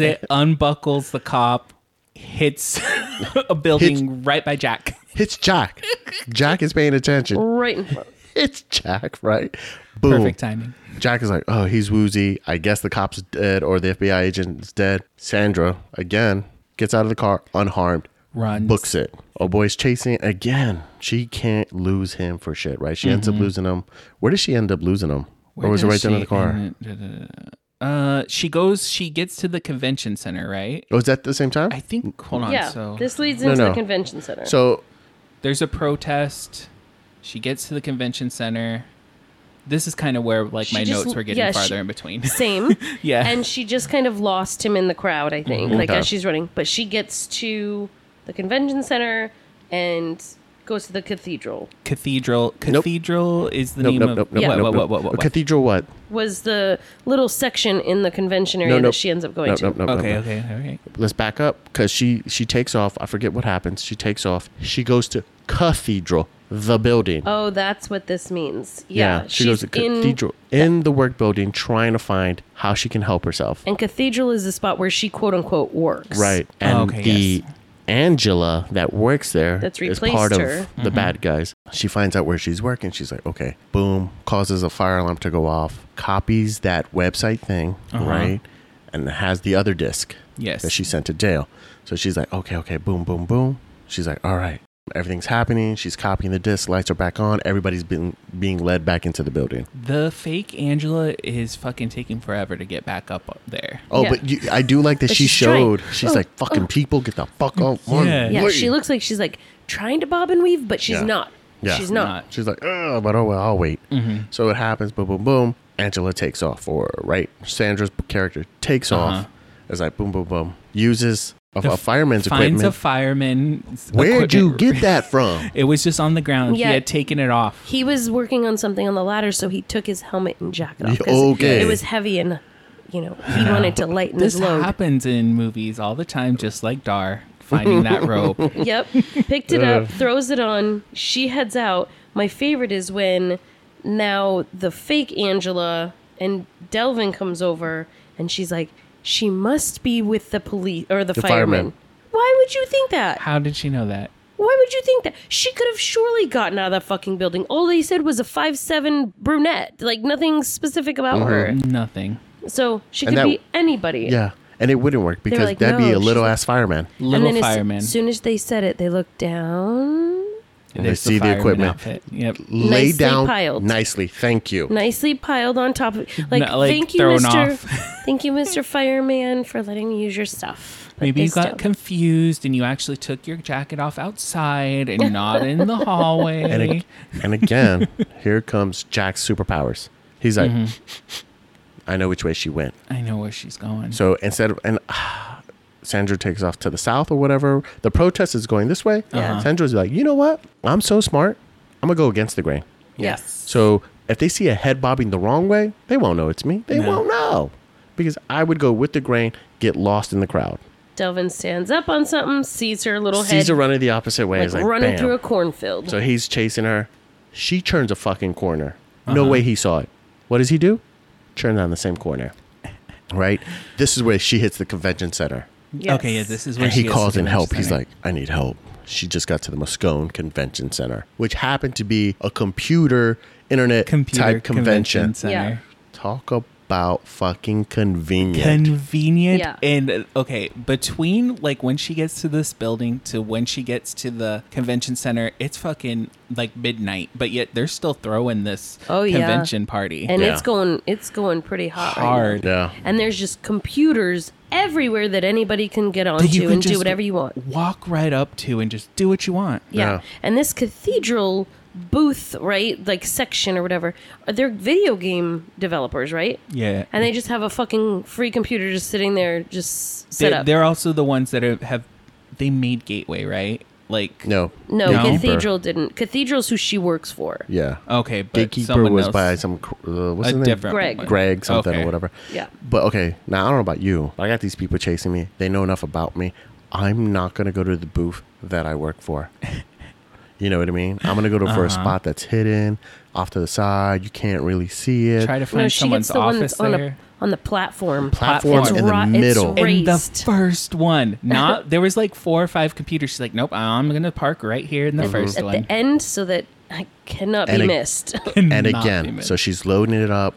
it, unbuckles the cop, hits a building right by Jack. It's Jack. Jack is paying attention. Right in front. It's Jack, right? Boom. Perfect timing. Jack is like, oh, he's woozy. I guess the cop's dead or the FBI agent is dead. Sandra, again, gets out of the car unharmed, Runs. books it. Oh, boy's chasing again. She can't lose him for shit, right? She Mm-hmm. ends up losing him. Where does she end up losing him? or was it right down in the car? Uh, she goes. She gets to the convention center, right? Oh, is that the same time? I think. Hold on. Yeah. so This leads No, into no. the convention center. so there's a protest. She gets to the convention center. This is kind of where like my She just- notes were getting yeah, farther she- in between. Same. Yeah. And she just kind of lost him in the crowd, I think, like Okay. as she's running. But she gets to the convention center and Goes to the cathedral. Cathedral. Nope. Cathedral is the Nope, name nope, of nope, nope, what, nope, what, nope. what, what, what, A what? Cathedral what? Was the little section in the convention area No, no. that she ends up going No, to? no, no, no. Okay, no. okay, all right. Let's back up because she she takes off. I forget what happens. She takes off. She goes to Cathedral, the building. Oh, that's what this means. Yeah, yeah, she goes to she's in- Cathedral in the work building, trying to find how she can help herself. and cathedral is the spot where she quote unquote works. Right. And Oh, okay, the yes. Angela that works there That's is replaced part her. of the Mm-hmm. bad guys. She finds out where she's working. She's like, okay, boom, causes a fire alarm to go off, copies that website thing, right? And has the other disc Uh-huh. Yes. that she sent to jail. So she's like, okay, okay, boom, boom, boom. She's like, all right, everything's happening. She's copying the disc, lights are back on. Everybody's been being led back into the building. The fake Angela is fucking taking forever to get back up there. Oh, Yeah. but you, I do like that But she she's trying. showed. She's Oh, like, fucking oh. people, get the fuck off. Yeah. Yeah, she looks like she's like trying to bob and weave, but she's Yeah. not. Yeah. She's not. Not. She's like, oh, but oh well, I'll wait. Mm-hmm. So it happens. Boom, boom, boom. Angela takes off, or right, Sandra's character takes off. It's like boom, boom, boom. Uses a, Uh-huh. The a fireman's Finds equipment. a fireman. Where'd you get that from? It was just on the ground. Yeah. He had taken it off. He was working on something on the ladder, so he took his helmet and jacket off. 'cause Okay. It was heavy and, you know, he wanted to lighten This his load. happens in movies all the time, just like Dar finding that rope. Yep. Picked it up, throws it on. She heads out. My favorite is when now the fake Angela and Delvin comes over and she's like, she must be with the police or the, The fireman. fireman. Why would you think that? How did she know that? Why would you think that? She could have surely gotten out of that fucking building. All they said was a five seven brunette. Like nothing specific about Nothing. her. So she And could that- be anybody. Yeah, and it wouldn't work because like, that'd be a no, little she's- ass fireman. Little and then fireman. As soon as they said it, they looked down. And they There's see the fireman equipment. outfit. Yep. Lay Nicely down piled. nicely. Thank you. nicely piled on top of like, Not, like, thank you thrown mr off. thank you mr fireman for letting me use your stuff But Maybe you this got don't- confused and you actually took your jacket off outside and not in the hallway. And ag- and again, here comes Jack's superpowers. He's like, Mm-hmm. I know which way she went. I know where she's going. So instead of and ah, Sandra takes off to the south or whatever, the protest is going this way. Yeah. Uh-huh. Sandra's like, you know what? I'm so smart. I'm gonna go against the grain. yes So if they see a head bobbing the wrong way, they won't know it's me. They No. won't know because I would go with the grain, get lost in the crowd. delvin stands up on something sees her little Sees her head running the opposite way. like, is like running bam. through a cornfield So he's chasing her. She turns a fucking corner. No Uh-huh. way he saw it. What does he do? Turn on the same corner. Right. This is where she hits the convention center. Yes. Okay, yeah, this is where And she he is calls to in the help. center. He's like, I need help. She just got to the Moscone Convention Center, which happened to be a computer internet computer type convention. center. Talk about fucking convenient. Convenient Yeah. and uh, okay, between like when she gets to this building to when she gets to the convention center, it's fucking like midnight, but yet they're still throwing this Oh, yeah. convention party. and Yeah. it's going it's going pretty hot right now. Hard. yeah. and there's just computers everywhere that anybody can get That you onto can and do just whatever you want Walk right up to and just do what you want. Yeah. Yeah. And this cathedral booth, right? Like section or whatever. uh, They're video game developers, right? Yeah. And they just have a fucking free computer just sitting there just set They're, up. they're also the ones that have, have they made Gateway, right? Like No. no, No. Cathedral didn't. Cathedral's who she works for. Yeah. Okay, Oh, but Gatekeeper someone was else, by some. cr- Uh, what's a his name? different Greg. one. Greg something Okay. or whatever. Yeah. But okay, now I don't know about you. But I got these people chasing me. They know enough about me. I'm not gonna go to the booth that I work for. You know what I mean? I'm gonna go to for Uh-huh. a spot that's hidden, off to the side. You can't really see it. Try to find No, she someone's gets the one office that's on there. the, on the platform. Platform It's in the ri- it's middle. ri- in the raised. first one. Not there was like four or five computers. She's like, nope, I'm gonna park right here Mm-hmm. in the first At one. the end so that I cannot And be it- Mm-hmm. missed. and Not Uh-huh. again, human. so she's loading it up.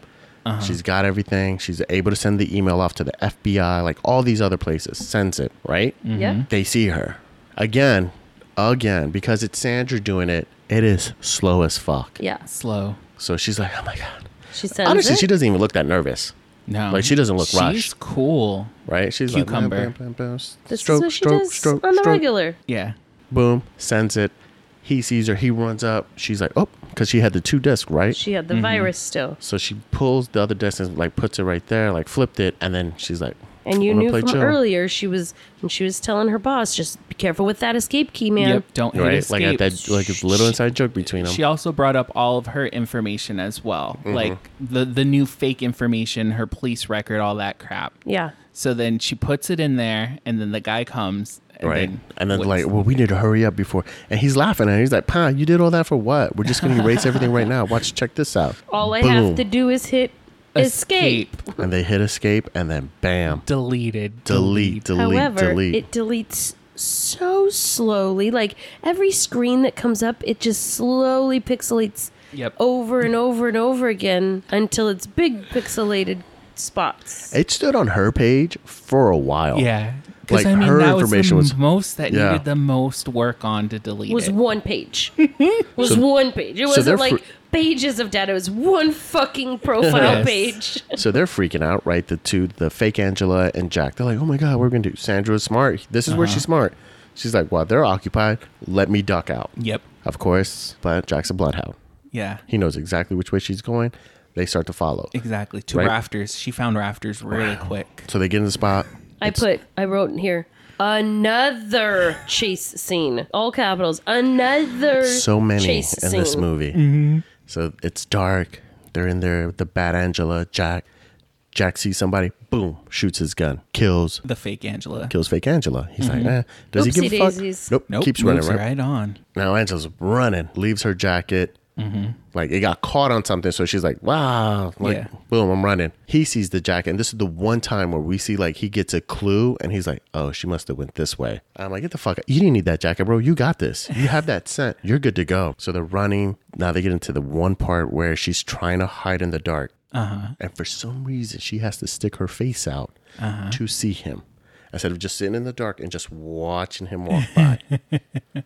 She's got everything. She's able to send the email off to the FBI, like all these other places. Sends it right. Mm. Yeah. They see her again, again because it's Sandra doing it. It is slow as fuck. Yeah. slow. So she's like, oh my god. She sends Honestly, it. she doesn't even look that nervous, No, Like, she doesn't look she's rushed. cool. right? She's Cucumber. Like, bam, bam, bam, bam, this stroke, is what she stroke, does stroke, on the stroke. regular. Yeah, Boom, sends it. He sees her. He runs up. She's like, oh, because she had the two disc, right? She had the virus still. so she pulls the other disc and like puts it right there, like flipped it, and then she's like, And you Wanna knew play from chill. earlier she was and she was telling her boss, just be careful with that escape key, man. Yep. Don't hit right? escape. Like I, that, like it's a little inside joke between them. She also brought up all of her information as well, Mm-hmm. like the the new fake information, her police record, all that crap. Yeah. So then she puts it in there, and then the guy comes. And right? Then and then what's- like, well, we need to hurry up before. And he's laughing at her. He's like, "Pa, you did all that for what? We're just gonna erase everything right now. Watch, check this out." All I Boom. have to do is hit escape. And they hit escape, and then bam, Deleted. delete, delete, However, delete. it deletes so slowly. Like every screen that comes up, it just slowly pixelates Yep. over and over and over again until it's big pixelated spots. It stood on her page for a while. Yeah. Because Oh. Like, I mean, her that information was was- the most that Yeah. needed the most work on to delete was it. one page. was one page. It wasn't they're fr- like pages of data. It was one fucking profile Yes. page. So they're freaking out, right? The two, the fake Angela and Jack. They're like, "Oh my god, we're gonna do." Sandra is smart. This is where she's smart. She's like, "Well, they're occupied. Let me duck out." Yep. Of course, but Jack's a bloodhound. Yeah. He knows exactly which way she's going. They start to follow. Exactly. Two Right. rafters. She found rafters really quick. So they get in the spot. I It's- put, I wrote in here, another chase scene. All capitals. Another so many chase in this scene. movie. So it's dark. They're in there with the bad Angela, Jack. Jack sees somebody, boom, shoots his gun, kills The fake Angela. kills fake Angela. He's like, eh, does he give a fuck? Oopsie-daisies. Nope, Mm-hmm. Nope. keeps running moves right. right on. Now Angela's running, leaves her jacket. Like it got caught on something, so she's like, "Wow!" Like, Yeah. boom, I'm running. He sees the jacket, and this is the one time where we see like he gets a clue, and he's like, "Oh, she must have went this way." I'm like, "Get the fuck! Out. You didn't need that jacket, bro. You got this. You have that scent. You're good to go." So they're running. Now they get into the one part where she's trying to hide in the dark, uh-huh. and for some reason she has to stick her face out to see him instead of just sitting in the dark and just watching him walk by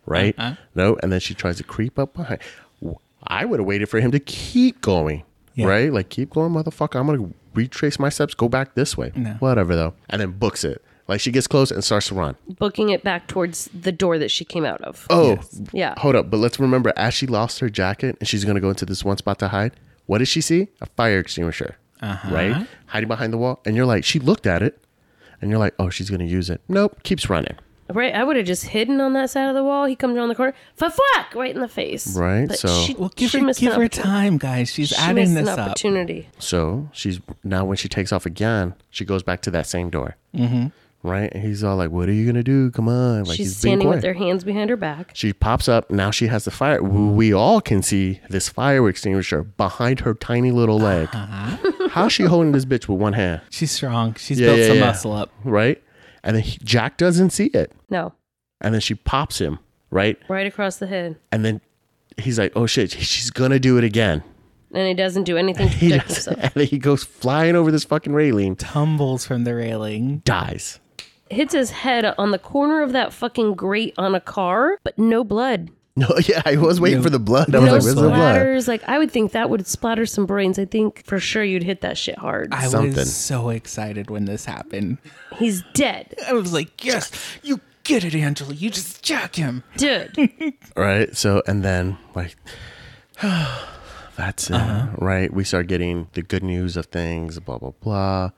right? No, and then she tries to creep up behind. W- I would have waited for him to keep going, Yeah. right? Like keep going, motherfucker. I'm gonna retrace my steps, go back this way, whatever though, and then books it. Like she gets close and starts to run. Booking it back towards the door that she came out of. Oh, Yeah. Hold up, but let's remember as she lost her jacket and she's gonna go into this one spot to hide. What did she see? A fire extinguisher, right? Hiding behind the wall, and you're like, she looked at it, and you're like, oh, she's gonna use it. Nope, keeps running. Right, I would have just hidden on that side of the wall. He comes around the corner, fa fuck, right in the face. Right, but so- she, Well, give she her missed give an her opportu- time, guys. She's She adding missed this an up. opportunity. So she's now when she takes off again, she goes back to that same door. Mm-hmm. Right? And he's all like, What are you gonna do? Come on. Like he's She's being standing with quiet. her hands behind her back. She pops up. Now she has the fire. We all can see this fire extinguisher behind her tiny little leg. How's she holding this bitch with one hand? She's strong. She's Yeah, built yeah, some yeah. muscle up. Right? And then he, Jack doesn't see it. No, And then she pops him. Right? right across the head. And then he's like, Oh shit, she's gonna do it again. And he doesn't do anything to He protect does, himself. and then he goes flying over this fucking railing, Tumbles from the railing. dies. Hits his head on the corner of that fucking grate on a car, but no blood. No, yeah, I was waiting for the blood. I was No like, "Where's the blood?" splatters. Like, I would think that would splatter some brains. I think for sure you'd hit that shit hard. I Something. was so excited when this happened. He's dead. I was like, yes, you get it, Angela. You just jack him. Dude. right? So, and then like, that's it, right? We start getting the good news of things, blah blah blah.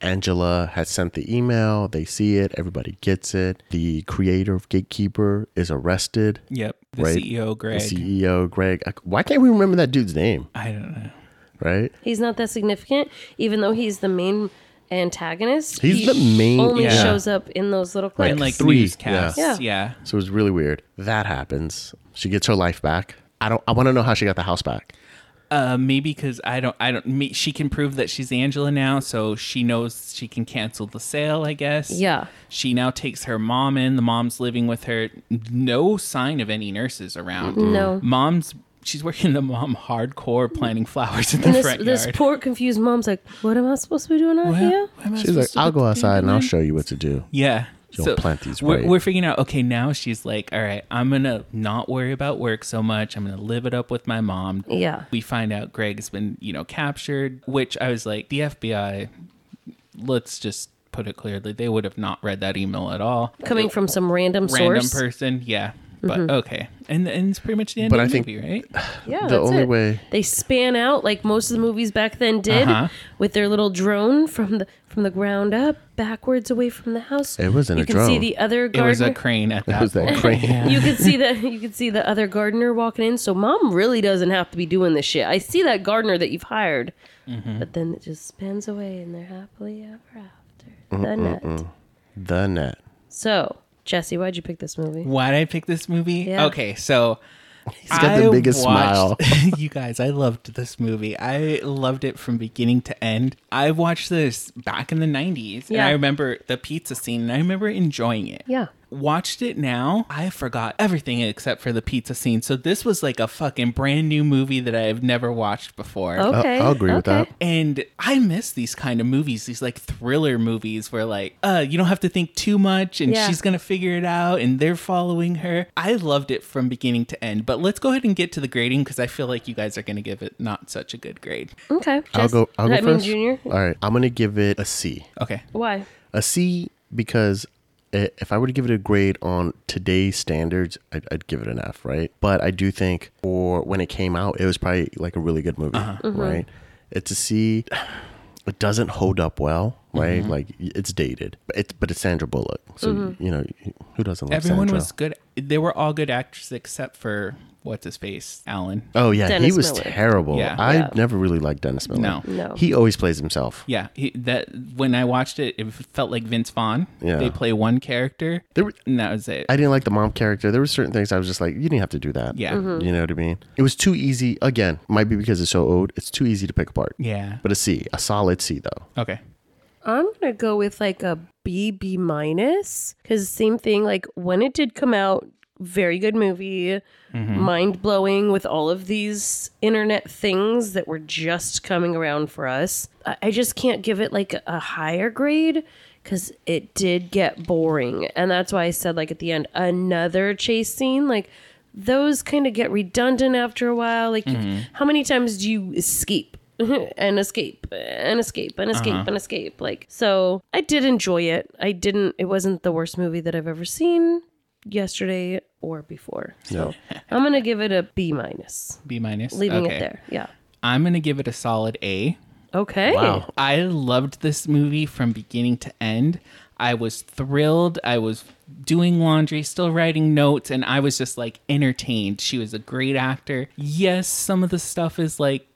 Angela has sent the email. They see it. Everybody gets it. The creator of Gatekeeper is arrested. Yep. The Right. CEO, Greg. The E CEO Greg. I- Why can't we remember that dude's name? I don't know. Right? He's not that significant, even though he's the main antagonist. He's He the main- Only Yeah. shows up in those little clips. Like And like three, newscasts. yeah. Yeah. So it was really weird. That happens. She gets her life back. I don't. I want to know how she got the house back. Uh, maybe because I don't, I don't, me, she can prove that she's Angela now, so she knows she can cancel the sale, I guess. Yeah. She now takes her mom in. The mom's living with her. No sign of any nurses around. No. Mom's, she's working the mom hardcore planting flowers in the And this, front this yard. poor confused mom's like, "What am I supposed to be doing out Well, here?" what am I She's like, supposed to I'll go be outside and I'll doing?" show you what to do. Yeah. Don't plant these we're, right. we're figuring out, okay, now she's like, all right, I'm going to not worry about work so much. I'm going to live it up with my mom. Yeah. We find out Greg's been, you know, captured, which I was like, the FBI, let's just put it clearly, they would have not read that email at all. Coming from some random, Random source. Mm-hmm. person. Yeah. But okay, and and it's pretty much the end But I of the think- movie, right? Yeah, The that's only it. way- they span out like most of the movies back then did Uh-huh. with their little drone from the from the ground up, backwards away from the house. It wasn't you a can see drone. the other It gardener. was a crane at that. was that point. crane. Yeah. you could see the you could see the other gardener walking in. So mom really doesn't have to be doing this shit. I see that gardener that you've hired, Mm-hmm. but then it just spins away and they're happily ever after. The net. The net. So Jesse, why'd you pick this movie? Why did I pick this movie? Yeah. Okay, so He's got the I biggest watched- you guys, I loved this movie. I loved it from beginning to end. I watched this back in the 90s and Yeah. I remember the pizza scene and I remember enjoying it. Yeah. Watched it now, I forgot everything except for the pizza scene. So this was like a fucking brand new movie that I have never watched before. Okay, I'll agree with okay. that. And I miss these kind of movies, these like thriller movies where like, uh, you don't have to think too much and Yeah. she's gonna figure it out and they're following her. I loved it from beginning to end. But let's go ahead and get to the grading because I feel like you guys are gonna give it not such a good grade. Okay, I'll Jess- go. I'll go I mean, first. Junior. All right. I'm gonna give it a C. Okay. Why? A C because i- if I were to give it a grade on today's standards, I'd, I'd give it an F, right? But I do think for when it came out, it was probably like a really good movie, Uh-huh. Mm-hmm. right? It's a C. It doesn't hold up well, right? Mm-hmm. Like y- it's dated, but it's but it's Sandra Bullock, so Mm-hmm. you know who doesn't love Everyone Sandra? was good they were all good actors except for what's his face? Alan. Oh yeah, Dennis he was Miller. terrible. Yeah. I Yeah. never really liked Dennis Miller. No. No. he always plays himself. Yeah, he, that when I watched it, it felt like Vince Vaughn. Yeah. They play one character, There were, and that was it. I didn't like the mom character. There were certain things I was just like, you didn't have to do that. Yeah. Mm-hmm. Mhm. You know what I mean? It was too easy. Again, might be because it's so old. It's too easy to pick apart. yeah. But a C, a solid C though. okay. I'm gonna go with like a B B minus because same thing. Like when it did come out, very good movie, mind blowing with all of these internet things that were just coming around for us. I, I just can't give it like a higher grade because it did get boring, and that's why I said like at the end another chase scene like. Those kind of get redundant after a while. Like, you- how many times do you escape and escape and escape and escape Uh-huh. and escape. Like, so I did enjoy it. I didn't, it wasn't the worst movie that I've ever seen yesterday or before. So I'm going to give it a B minus, B minus. leaving Okay. it there. Yeah. I'm gonna give it a solid A. Okay. Wow. I loved this movie from beginning to end. I was thrilled. I was doing laundry, still writing notes, and I was just like entertained. She was a great actor. Yes, some of the stuff is like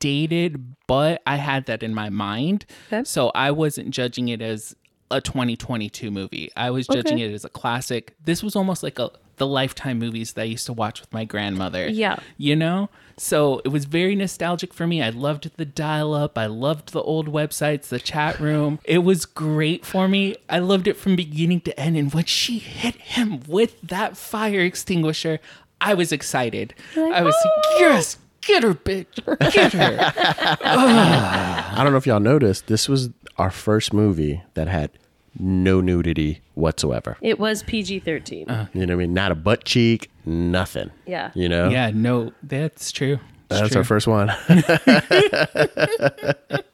dated, but I had that in my mind. Okay. So I wasn't judging it as a 2022 movie. I was judging Okay. it as a classic. This was almost like a the lifetime movies that I used to watch with my grandmother Yeah. you know? So it was very nostalgic for me. I loved the dial up. I loved the old websites, the chat room. It was great for me. I loved it from beginning to end. And when she hit him with that fire extinguisher, I was excited. I was "Oh!" like, yes, get her, bitch, get her. I don't know if y'all noticed, this was our first movie that had no nudity whatsoever. It was PG 13. You know what I mean? Not a butt cheek, nothing. Yeah. You know? yeah, no, that's true. It's That's true. our first one. it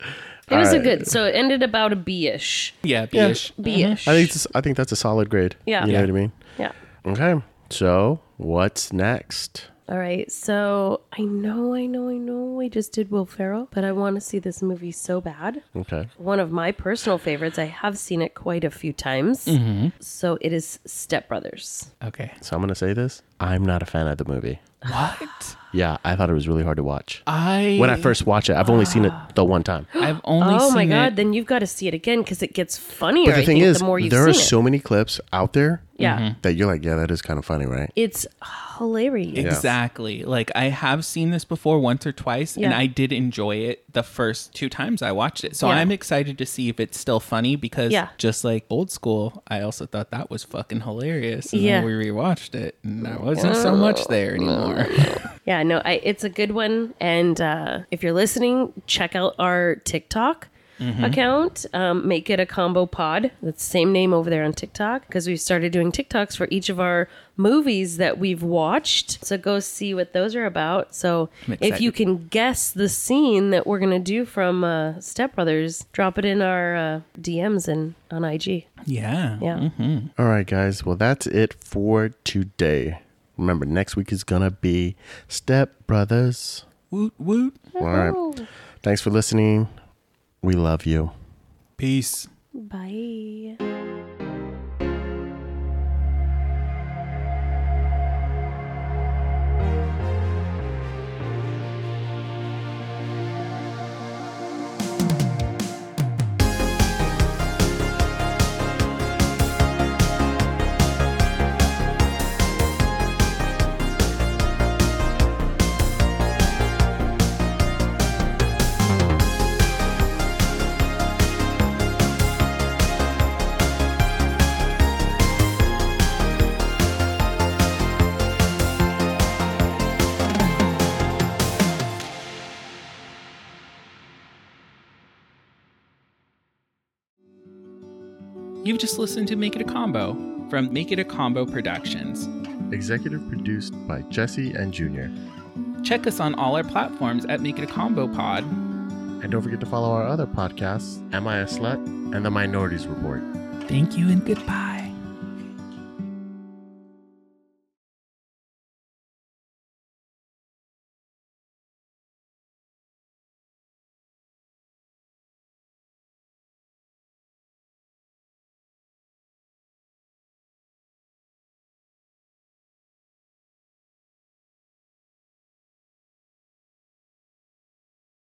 was a good, so it ended about a B ish. Yeah, yeah. B ish. Uh-huh. I think it's, I think that's a solid grade. Yeah. You know Yeah. what I mean? yeah. Okay. So what's next? All right. So I know, I know, I know I just did Will Ferrell, but I want to see this movie so bad. Okay. one of my personal favorites. I have seen it quite a few times. Mm-hmm. So it is Step Brothers. Okay. So I'm gonna say this. I'm not a fan of the movie. What? Yeah, I thought it was really hard to watch. I when I first watched it, I've only seen it the one time. I've only Oh seen my god! it- Then you've got to see it again because it gets funnier. But the I thing think, is, the more you've there seen are it. so many clips out there yeah, Mm-hmm. that you're like, yeah, that is kind of funny, right? it's hilarious. Exactly. Like I have seen this before once or twice, and Yeah. I did enjoy it the first two times I watched it. So Yeah. I'm excited to see if it's still funny because Yeah. just like old school, I also thought that was fucking hilarious. And Yeah. then we rewatched it, and there wasn't so much there anymore. Yeah, no, I, it's a good one. And uh, if you're listening, check out our TikTok account. Um, make it a combo pod. That's the same name over there on TikTok because we've started doing TikToks for each of our movies that we've watched. So go see what those are about. So if excited. you can guess the scene that we're gonna do from uh, Step Brothers, drop it in our uh, DMs and on IG. yeah. Yeah. All right, guys. Well, that's it for today. Remember, next week is gonna be Step Brothers. Woot woot. All right. Thanks for listening. We love you. Peace. Bye. You've just listened to Make It a Combo from Make It a Combo Productions. Executive produced by Jesse and Junior. Check us on all our platforms at Make It a Combo Pod. And don't forget to follow our other podcasts, Am I a Slut? and The Minorities Report. Thank you and goodbye.